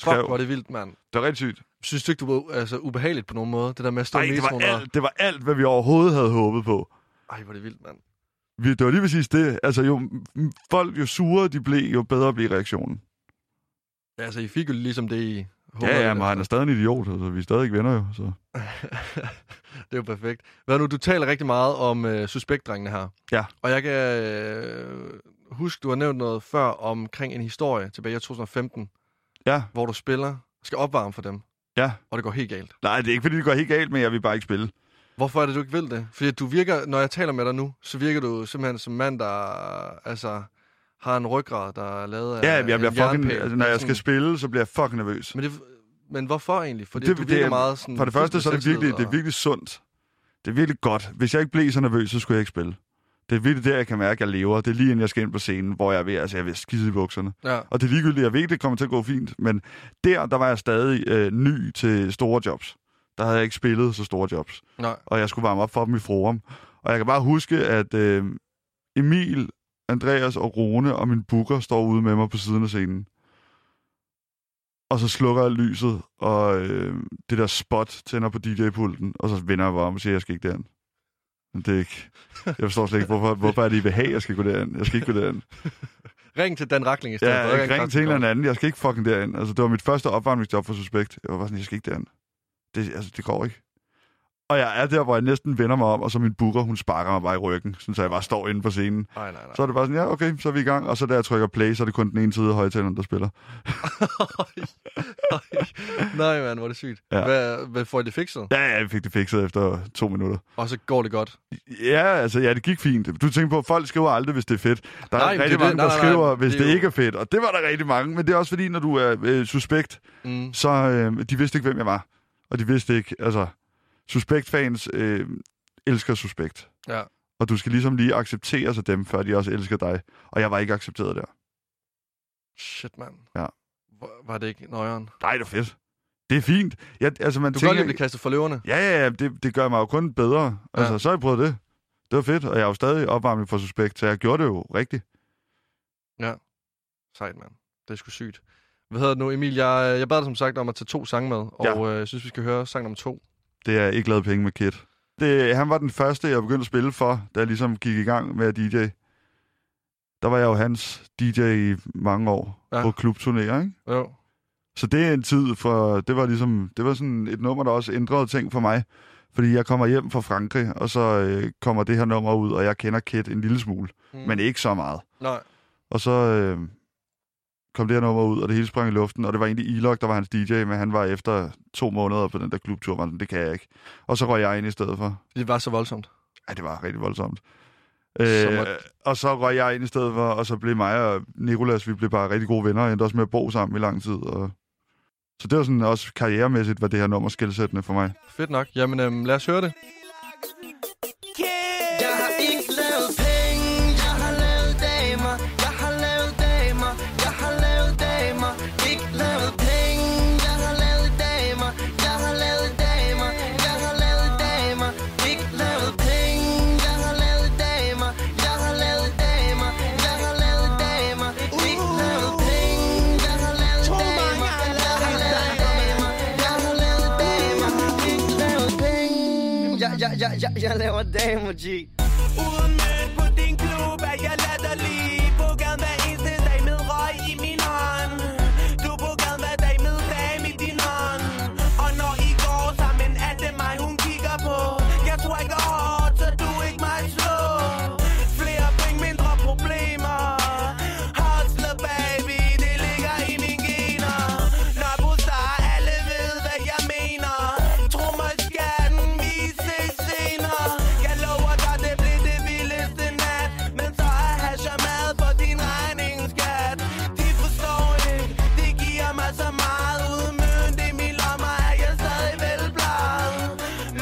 S2: Skrev.
S1: Fuck, hvor er det vildt, mand.
S2: Det var rigtig sygt.
S1: Synes du ikke, du var altså, ubehageligt på nogen måde? Det der med at stå
S2: Nej,
S1: i
S2: det var,
S1: metroen og-
S2: alt, det var alt, hvad vi overhovedet havde håbet på.
S1: Ej, hvor er det vildt, mand.
S2: Vi, det var lige præcis det. Altså, jo, m- folk, jo surere de blev, jo bedre blev reaktionen.
S1: Ja, altså, I fik jo ligesom det, I håbede,
S2: Ja, ja,
S1: det
S2: men
S1: der.
S2: han er stadig en idiot, altså, vi er stadig venner jo. Så.
S1: det er jo perfekt. Hvad nu, du taler rigtig meget om øh, suspektdrengene her.
S2: Ja.
S1: Og jeg kan øh, huske, du har nævnt noget før omkring en historie tilbage i 2015,
S2: Ja,
S1: hvor du spiller, skal opvarme for dem,
S2: ja.
S1: og det går helt galt.
S2: Nej, det er ikke, fordi det går helt galt, men jeg vil bare ikke spille.
S1: Hvorfor er det, du ikke vil det? Fordi du virker, når jeg taler med dig nu, så virker du simpelthen som mand, der altså, har en ryggrad, der er lavet af
S2: Ja, jeg
S1: en
S2: bliver fucking,
S1: jernpæl.
S2: altså, når
S1: Det er
S2: jeg skal
S1: sådan-
S2: spille, så bliver jeg fucking nervøs.
S1: Men, det, men hvorfor egentlig? Fordi
S2: Det-
S1: du
S2: det
S1: virker
S2: er-
S1: meget sådan...
S2: For det første, så er det virkelig, det er virkelig sundt. Det er virkelig godt. Hvis jeg ikke blev så nervøs, så skulle jeg ikke spille. Det er virkelig der, jeg kan mærke, at jeg lever. Det er lige inden jeg skal ind på scenen, hvor jeg er ved, altså, jeg er ved at skide i bukserne.
S1: Ja,
S2: Og det er ligegyldigt, jeg ved, det kommer til at gå fint, men der, der var jeg stadig øh, ny til store jobs. Der havde jeg ikke spillet så store jobs,
S1: nej.
S2: og jeg skulle varme op for dem i forum. Og jeg kan bare huske, at øh, Emil, Andreas og Rune og min booker står ude med mig på siden af scenen. og så slukker jeg lyset, og øh, det der spot tænder på DJ-pulten, og så vender jeg bare om og siger, at jeg skal ikke derind. Men det er ikke... Jeg forstår slet ikke, hvorfor, hvorfor er det, I vil have, at jeg skal gå derind. Jeg skal ikke gå derind.
S1: Ring til Dan Rakling i stedet. for.
S2: Ja,
S1: Ring
S2: jeg ringede til en eller anden. Jeg skal ikke fucking derind. Altså, det var mit første opvarmningsjob for Suspekt. Jeg var bare sådan, jeg skal ikke derind. Det, altså, det går ikke. Og jeg er der, hvor jeg næsten vender mig om, og så min booker, hun sparker mig bare i ryggen, sådan, så jeg bare står inde på scenen.
S1: Nej, nej, nej.
S2: Så er det bare sådan, ja, okay, så er vi i gang. Og så da jeg trykker play, så er det kun den ene side af højtaleren, der spiller.
S1: nej, mand, hvor er det sygt. Ja.
S2: Ja.
S1: Hvad, hvad får I det fikset? Ja.
S2: Ja, ja, jeg fik det fikset efter to minutter.
S1: Og så går det godt.
S2: Ja, altså, ja, det gik fint. Du tænker på, at folk skriver aldrig, hvis det er fedt. Der
S1: Nej,
S2: er nej,
S1: men
S2: rigtig
S1: det er det.
S2: mange, der
S1: Nej, nej, nej.
S2: skriver, hvis
S1: Det er
S2: det,
S1: jo-
S2: ikke er fedt. Og det var der rigtig mange. Men det er også fordi, når du er øh, suspekt,
S1: Mm.
S2: så øh, de vidste ikke, hvem jeg var. Og de vidste ikke, altså, suspektfans øh, elsker suspekt.
S1: Ja.
S2: Og du skal ligesom lige acceptere sig dem, før de også elsker dig. Og jeg var ikke accepteret der.
S1: Shit, mand.
S2: Ja.
S1: Hvor- Var det ikke nøjeren? Du
S2: Nej, det er fedt. Det er fint. Jeg, altså, man
S1: kan
S2: tænker,
S1: godt lide at blive kastet for løverne.
S2: Ja, ja, ja, det, det gør mig jo kun bedre. Altså,
S1: Ja.
S2: så har jeg prøvet det. Det var fedt, og jeg er jo stadig opvarmning for suspekt, så jeg gjorde det jo rigtigt.
S1: Sejt, mand. Det er sgu sygt. Hvad hedder det nu, Emil? Jeg, jeg bad dig som sagt om at tage to sange med, og
S2: Ja.
S1: øh, jeg synes, vi skal høre sang nummer to.
S2: Det er jeg ikke lavet penge med Kid. Det, han var den første, jeg begyndte at spille for, da jeg ligesom gik i gang med at DJ. Der var jeg jo hans DJ i mange år
S1: Ja.
S2: ja. på klubturnéer, ikke?
S1: Jo.
S2: Så det er en tid for, det var ligesom, det var sådan et nummer, der også ændrede ting for mig. Fordi jeg kommer hjem fra Frankrig, og så øh, kommer det her nummer ud, og jeg kender Kid en lille smule.
S1: Mm.
S2: Mm. Men ikke så meget.
S1: Nej.
S2: Og så øh, kom det her nummer ud, og det hele sprang i luften. Og det var egentlig Ilok, der var hans DJ, men han var efter to måneder på den der klubtur, var sådan, det kan jeg ikke. Og så røg jeg ind i stedet for.
S1: Det var så voldsomt.
S2: Ja, det var rigtig voldsomt.
S1: Så
S2: Øh,
S1: må-
S2: og så røg jeg ind i stedet for, og så blev mig og Nikolas, vi blev bare rigtig gode venner, og endte også med at bo sammen i lang tid. Og... Så det var sådan også karrieremæssigt, var det her nummer skældsættende for mig.
S1: Fedt nok. Jamen, øhm, lad os høre det.
S3: Jeg har ikke lavet penge, jeg har lavet damer, jeg har lavet damer, jeg har lavet damer, ikke lavet penge, jeg har lavet damer, jeg har lavet damer, jeg har lavet damer, ikke lavet penge, jeg har lavet damer, jeg har lavet damer, jeg har lavet damer, ikke lavet penge, jeg har lavet damer, jeg har lavet damer, jeg har lavet damer, ikke lavet penge, jeg, jeg, jeg, jeg, jeg laver damer, G.
S5: Ude mødt på din klub er jeg latterlig På gaden hver eneste dag med røg i min hånd Du er på gaden hver dag med dame i din hånd Og når I går sammen er det mig hun kigger på Jeg tror ikke hårdt, så du ikke mig slå Flere penge, mindre problemer Hustler baby, det ligger i mine gener Når jeg bosser, alle ved hvad jeg mener Tro mig skatten, vi ses senere Jeg lover dig, det bliver det vildeste nat Men så er hash og mad på din regning, skat De forstår ikke, det giver mig så meget Udmønt i min lommer er jeg stadig velbladet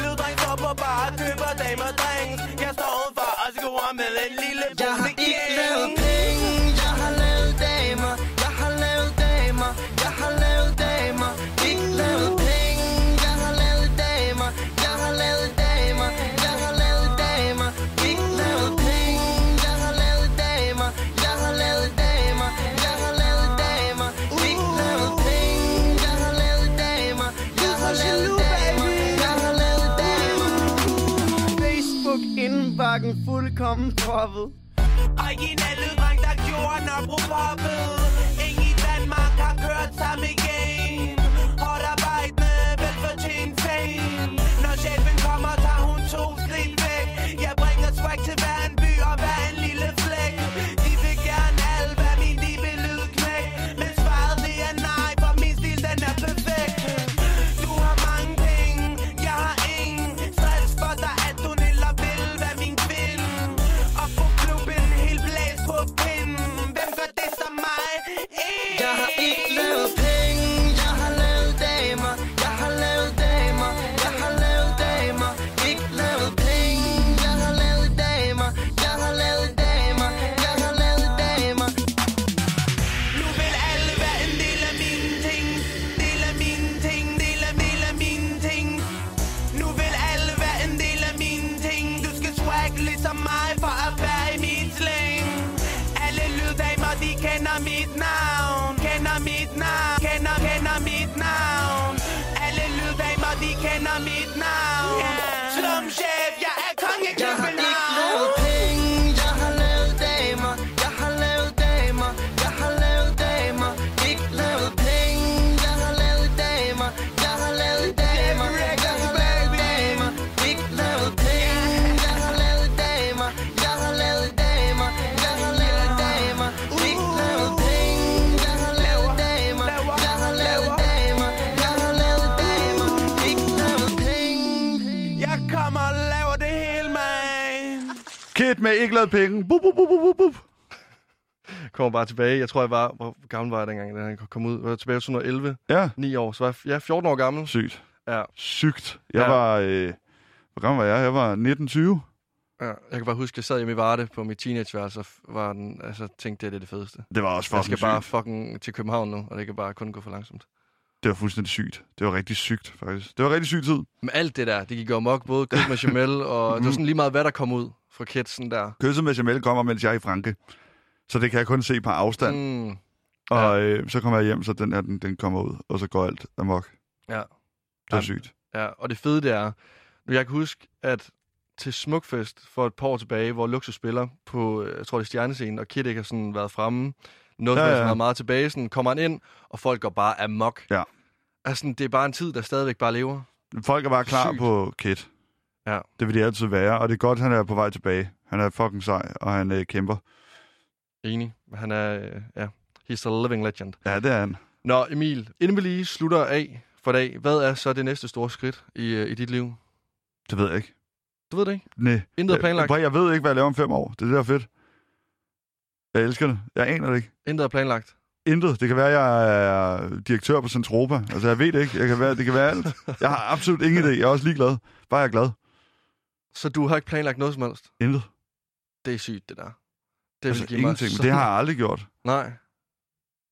S5: Løddreng står på bar, køber damer drinks Jeg står udenfor og skruer med en lille
S3: Jeg har
S5: pose
S3: ikke
S5: igen.
S3: lavet penge, jeg har lavet damer, jeg har lavet damer, jeg har lavet damer, ikke lavet penge, jeg har lavet damer, jeg har lavet damer, jeg har lavet damer, ikke lavet penge, jeg har lavet damer, jeg har lavet damer, jeg har lavet damer, ikke lavet penge, jeg har lavet damer, jeg har lavet damer, jeg har lavet damer. Facebook indbakken fuldkommen proppet.
S5: Originale dreng, der gjorde Nørrebro poppet Ingen i Danmark har kørt samme game Hårdt arbejdende, velfortjent fame Når chefen kommer, tager hun to skridt væk Jeg bringer swag til hver en by og hver en lille flæk De vil gerne alt, hvad min libe lyd knæk Men svaret det er nej, for min stil den er perfekt Du har mange penge, jeg har ingen Stress for dig, at du niller vil, hvad min kvinde og få klubben helt blæst på pinden Hvem gør det som mig? Ingen.
S3: Jeg har ikke lavet penge,
S5: er mit navn Som chef, jeg er kongekæmpe
S3: lavet penge, jeg har lavet damer, jeg har lavet damer, jeg har lavet damer, ikke lavet penge, jeg har lavet damer, jeg har lavet damer, jeg har lavet damer, ikke lavet penge, jeg har lavet damer, jeg har lavet damer, jeg har lavet damer, ikke lavet penge, jeg har lavet damer, jeg har lavet damer, jeg har lavet damer, ikke lavet penge.
S5: Jeg kommer og laver det hele, man
S2: Kid med ikke lavet penge. Bup, bup, bup, bup, bup, bup.
S1: Kommer bare tilbage. Jeg tror, jeg var... Hvor gammel var jeg dengang, da han kom ud? Jeg var tilbage i 2011.
S2: Ja,
S1: 9 år. Så var jeg, f- ja, 14 år gammel.
S2: sygt.
S1: Ja.
S2: Sygt. Jeg
S1: Ja.
S2: var... Øh, hvor gammel var jeg? Jeg var 19-20.
S1: ja. Jeg kan bare huske, jeg sad hjemme i Varde på mit teenageværelse, og f- var den, altså, tænkte, det er det, er det fedeste.
S2: Det var også
S1: Jeg
S2: fucking
S1: skal bare
S2: sygt.
S1: fucking til København nu, og det kan bare kun gå for langsomt.
S2: Det var fuldstændig sygt. Det var rigtig sygt, faktisk. Det var rigtig syg tid.
S1: Men alt det der, det gik jo amok, både Kid med Jamel, og det
S2: Mhm.
S1: var sådan lige meget, hvad der kom ud fra Kitsen der.
S2: Kysset med Jamel kommer, mens jeg er i Franke. Så det kan jeg kun se på afstand. Mm.
S1: Mm,
S2: Og øh, så kommer jeg hjem, så den her, den, den kommer ud. Og så går alt amok.
S1: ja,
S2: Det var
S1: Jamen.
S2: sygt.
S1: ja, og det fede det er, nu jeg kan huske, at til Smukfest for et par år tilbage, hvor Luxus spiller på, øh, jeg tror det er stjernescenen, og Kid ikke har sådan været fremme, noget
S2: Ja,
S1: ja, ja.
S2: ja.
S1: har været meget tilbage, sådan kommer han ind, og folk går bare amok.
S2: Ja.
S1: Altså, det er bare en tid, der stadigvæk bare lever.
S2: Folk er bare klar
S1: Sygt.
S2: på Kit.
S1: Ja.
S2: Det vil de altid være. Og det er godt, han er på vej tilbage. Han er fucking sej, og han øh, kæmper.
S1: Enig. Han er, øh, ja, he's a living legend.
S2: Ja, det er han.
S1: Nå, Emil, inden vi lige slutter af for i dag, hvad er så det næste store skridt i, øh, i dit liv?
S2: Det ved jeg ikke.
S1: Du ved det ikke?
S2: Nej.
S1: Intet er planlagt.
S2: Jeg, jeg ved ikke, hvad jeg laver om fem år. Det er det, der er fedt. Jeg elsker det. Jeg aner det ikke.
S1: Intet er planlagt.
S2: Intet. Det kan være, at jeg er direktør på Centropa. Altså, jeg ved det ikke. Jeg kan være, det kan være alt. Jeg har absolut ingen idé. Jeg er også ligeglad. Bare jeg er glad.
S1: Så du har ikke planlagt noget som helst?
S2: Intet.
S1: Det er sygt, det der. Det
S2: Altså, ingenting. Men det har jeg aldrig gjort.
S1: Nej.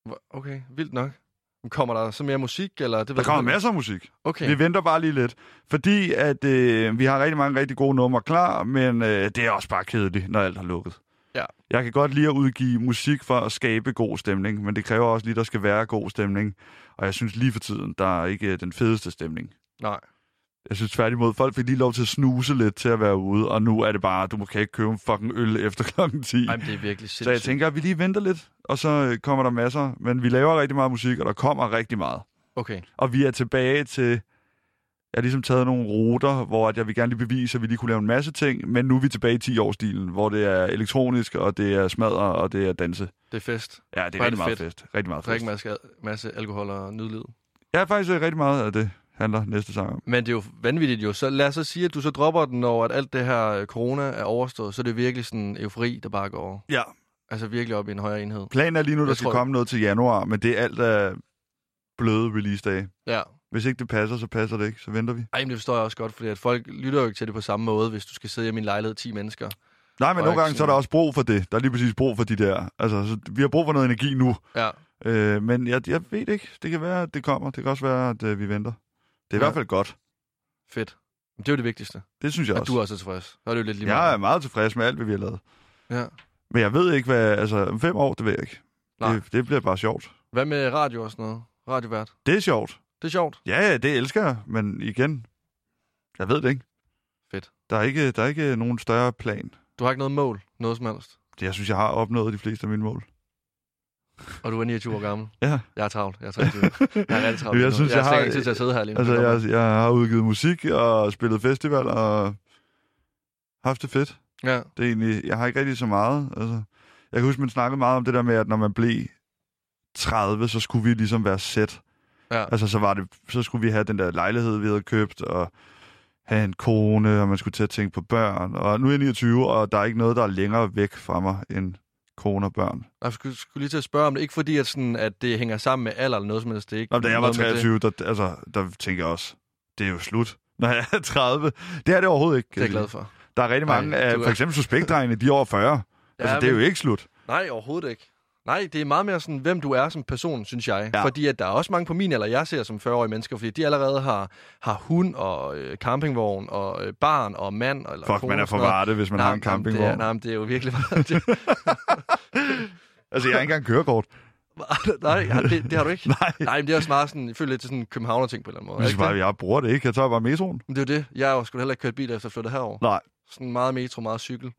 S1: Hvor- Okay, vildt nok. Men Kommer der så mere musik, eller det ved
S2: Der
S1: du
S2: kommer
S1: heller
S2: masser af musik.
S1: ikke?
S2: Vi
S1: Okay,
S2: venter bare lige lidt. Fordi at øh, vi har rigtig mange rigtig gode numre klar, men øh, det er også bare kedeligt, når alt har lukket.
S1: Ja.
S2: Jeg kan godt lide at udgive musik for at skabe god stemning, men det kræver også lige, at der skal være god stemning. Og jeg synes lige for tiden, der er ikke øh, den fedeste stemning.
S1: nej.
S2: Jeg synes tværtimod, folk fik lige lov til at snuse lidt til at være ude, og nu er det bare, du må kan ikke købe en fucking øl efter klokken 10.
S1: Ej, men det er virkelig sindssygt.
S2: så jeg tænker, at vi lige venter lidt, og så øh, kommer der masser. Men vi laver rigtig meget musik, og der kommer rigtig meget.
S1: Okay,
S2: Og vi er tilbage til... Jeg har ligesom taget nogle ruter, hvor at jeg vil gerne lige bevise, at vi lige kunne lave en masse ting, men nu er vi tilbage i 10-årsstilen, hvor det er elektronisk, og det er smadre, og det er danse.
S1: det er fest.
S2: Ja, det er
S1: Hvor er
S2: rigtig
S1: det
S2: meget
S1: fedt.
S2: fest. Rigtig meget
S1: Drik
S2: fest.
S1: en masse, masse alkohol og nydlid.
S2: Ja, faktisk øh, rigtig meget af det handler næste sang om.
S1: Men det er jo vanvittigt jo. Så lad os så sige, at du så dropper den, når at alt det her øh, corona er overstået, så er det virkelig sådan en eufori, der bare går over.
S2: Ja.
S1: Altså virkelig op i en højere enhed.
S2: Planen er lige nu, der
S1: Jeg
S2: skal
S1: tror-
S2: komme noget til januar, men det er alt af bløde release-dage.
S1: Ja.
S2: Hvis ikke det passer, så passer det ikke. Så venter vi.
S1: Ej, men det forstår jeg også godt, fordi at folk lytter jo ikke til det på samme måde, hvis du skal sidde i min lejlighed 10 mennesker.
S2: Nej, men
S1: Og
S2: nogle
S1: ikke
S2: gange så er
S1: sådan-
S2: der også brug for det. Der er lige præcis brug for de der. Altså, så vi har brug for noget energi nu.
S1: Ja.
S2: Øh, men jeg, jeg ved ikke. Det kan være, at det kommer. Det kan også være, at øh, vi venter. Det
S1: Ja.
S2: er i hvert fald godt.
S1: Fedt. Men Det er jo det vigtigste.
S2: Det synes jeg
S1: At
S2: også.
S1: du også er tilfreds. Så er det jo lidt lige
S2: jeg er meget tilfreds med alt, hvad vi har lavet.
S1: Ja.
S2: Men jeg ved ikke, hvad... Altså, om fem år, det ved jeg ikke.
S1: Nej.
S2: Det, det bliver bare sjovt.
S1: Hvad med radio og sådan noget? Radiovært.
S2: Det er sjovt.
S1: Det er sjovt.
S2: Ja, ja, det elsker jeg. Men igen, jeg ved det ikke.
S1: Fedt.
S2: Der er ikke, der er ikke nogen større plan.
S1: Du har ikke noget mål, noget som helst.
S2: Det, jeg synes, jeg har opnået de fleste af mine mål.
S1: Og du er 29 år gammel.
S2: Ja.
S1: Jeg er travlt. Jeg er 23. jeg er rigtig travlt.
S2: Jeg
S1: lige nu.
S2: synes,
S1: jeg,
S2: jeg
S1: har
S2: har-
S1: sikkert ikke tid til at sidde her lige nu.
S2: Altså, jeg, jeg har udgivet musik og spillet festival og haft det fedt.
S1: Ja.
S2: Det er egentlig, jeg har ikke rigtig så meget. Altså, jeg kan huske, man snakkede meget om det der med, at når man blev 30, så skulle vi ligesom være sæt.
S1: Ja.
S2: Altså, så, var det, så skulle vi have den der lejlighed, vi havde købt, og have en kone, og man skulle til at tænke på børn. Og nu er jeg 29, og der er ikke noget, der er længere væk fra mig end kone og børn.
S1: Jeg skulle, skulle lige til at spørge om det. Ikke fordi, at, sådan, at det hænger sammen med alder eller noget som helst. Det er ikke
S2: Og da jeg var
S1: noget med det.
S2: 23, der, altså, der tænkte jeg også, det er jo slut, når jeg er 30. Det er det overhovedet ikke.
S1: Det er jeg glad for.
S2: Der er rigtig
S1: Nej,
S2: mange af,
S1: du er-
S2: for eksempel suspektdrengene, de er over 40. Ja, altså, det er jo
S1: men-
S2: ikke slut.
S1: Nej, overhovedet ikke. Nej, det er meget mere sådan, hvem du er som person, synes jeg.
S2: Ja.
S1: Ja. Fordi at der er også mange på min alder, jeg ser som 40-årige mennesker, fordi de allerede har, har hund og øh, campingvogn og øh, barn og mand. Eller
S2: Fuck,
S1: kone
S2: man er
S1: og
S2: for
S1: sådan noget.
S2: varte, hvis man
S1: Nej,
S2: har en
S1: nej, men det er-
S2: campingvogn.
S1: Nej, men det er jo virkelig meget. det-
S2: Altså, jeg har ikke engang kørekort.
S1: Nej, ja, det, det, har du ikke.
S2: Nej,
S1: Nej, men det er også meget sådan, jeg føler lidt til sådan en københavner-ting på en eller anden måde.
S2: jeg,
S1: er det
S2: synes
S1: ikke
S2: bare,
S1: det?
S2: jeg bruger det ikke. Jeg tager bare metroen.
S1: Men det er jo det. Jeg har jo sgu da heller ikke kørt bil, efter jeg flyttede herover.
S2: Nej.
S1: Sådan meget metro, meget cykel.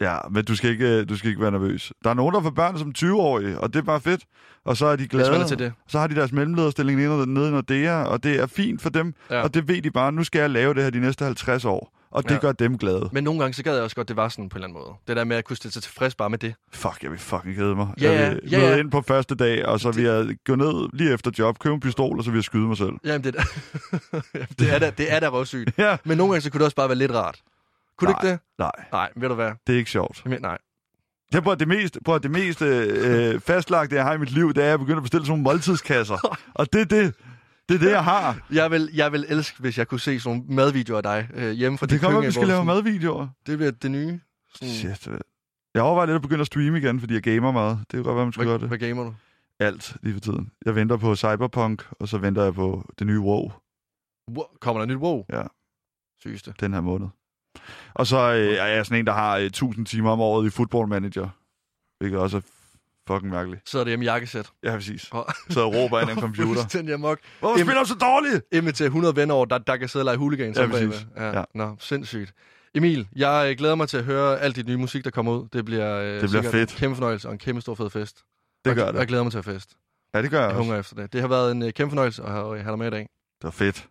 S2: Ja, men du skal, ikke, øh, du skal ikke være nervøs. Der er nogen, der får børn som 20-årige, og det er bare fedt. Og så er de glade.
S1: Hvis man er til det.
S2: Så har de deres mellemlederstilling nede nede under DR, og det er fint for dem.
S1: Ja.
S2: Ja. Og det ved de bare, nu skal jeg lave det her de næste 50 år. Og det
S1: Ja.
S2: ja. gør dem glade.
S1: Men nogle gange, så gad jeg også godt, det var sådan på en eller anden måde. Det der med at kunne stille sig tilfreds bare med det.
S2: Fuck, jeg vil fucking kede mig.
S1: Ja,
S2: jeg vil
S1: ja, ja,
S2: møde
S1: ja.
S2: ind på første dag, og så vil jeg gå ned lige efter job, købe en pistol, og så vil jeg skyde mig selv.
S1: Jamen, det, er da- det er da, det er da røvsygt.
S2: Ja.
S1: Men nogle gange, så kunne det også bare være lidt rart. Kunne det ikke det?
S2: Nej,
S1: Nej, ved du hvad?
S2: det er ikke sjovt.
S1: Jamen, nej.
S2: Jeg prøver, det mest, prøver, det mest øh, øh, fastlagte, jeg har i mit liv, det er, at jeg begynder at bestille sådan nogle måltidskasser. Og det er det, det, er det jeg har.
S1: Jeg vil, jeg vil elske, hvis jeg kunne se sådan nogle madvideoer af dig øh, hjemme fra
S2: Det
S1: dit
S2: kommer, at vi
S1: køkken,
S2: skal
S1: hvor
S2: lave
S1: sådan-
S2: madvideoer.
S1: Det bliver det nye. Sådan,
S2: Shit, øh. jeg overvejer lidt at begynde at streame igen, fordi jeg gamer meget. Det kan godt være, man skal gøre
S1: Hvad,
S2: det.
S1: hvad gamer du?
S2: Alt lige for tiden. Jeg venter på Cyberpunk, og så venter jeg på det nye WoW
S1: Wow, kommer der nyt wow?
S2: Ja.
S1: Sygeste.
S2: den her måned. Og så øh, er jeg sådan en, der har øh, 1000 timer om året i Football Manager, hvilket også er f- fucking mærkeligt.
S1: Sidder det hjemme i jakkesæt.
S2: Ja, præcis.
S1: Og-
S2: Så jeg råber ind i en computer.
S1: Fuldstændig amok.
S2: Hvorfor spiller du så dårligt?
S1: MT 100 venner over, der, der kan sidde og lege hooligans.
S2: Ja,
S1: oppe bagved.
S2: præcis.
S1: Ja. ja.
S2: Ja.
S1: Nå, sindssygt. Emil, jeg øh, glæder mig til at høre alt dit nye musik, der kommer ud. Det bliver, øh,
S2: bliver
S1: sikkert
S2: fedt.
S1: en kæmpe fornøjelse og en kæmpe stor fed fest.
S2: Det
S1: Og-
S2: gør
S1: og
S2: det.
S1: Jeg glæder mig til at fest.
S2: Ja, det gør jeg
S1: Jeg
S2: også.
S1: hungrer efter det. Det har været en øh, kæmpe fornøjelse at have, have dig med i dag.
S2: Det var fedt.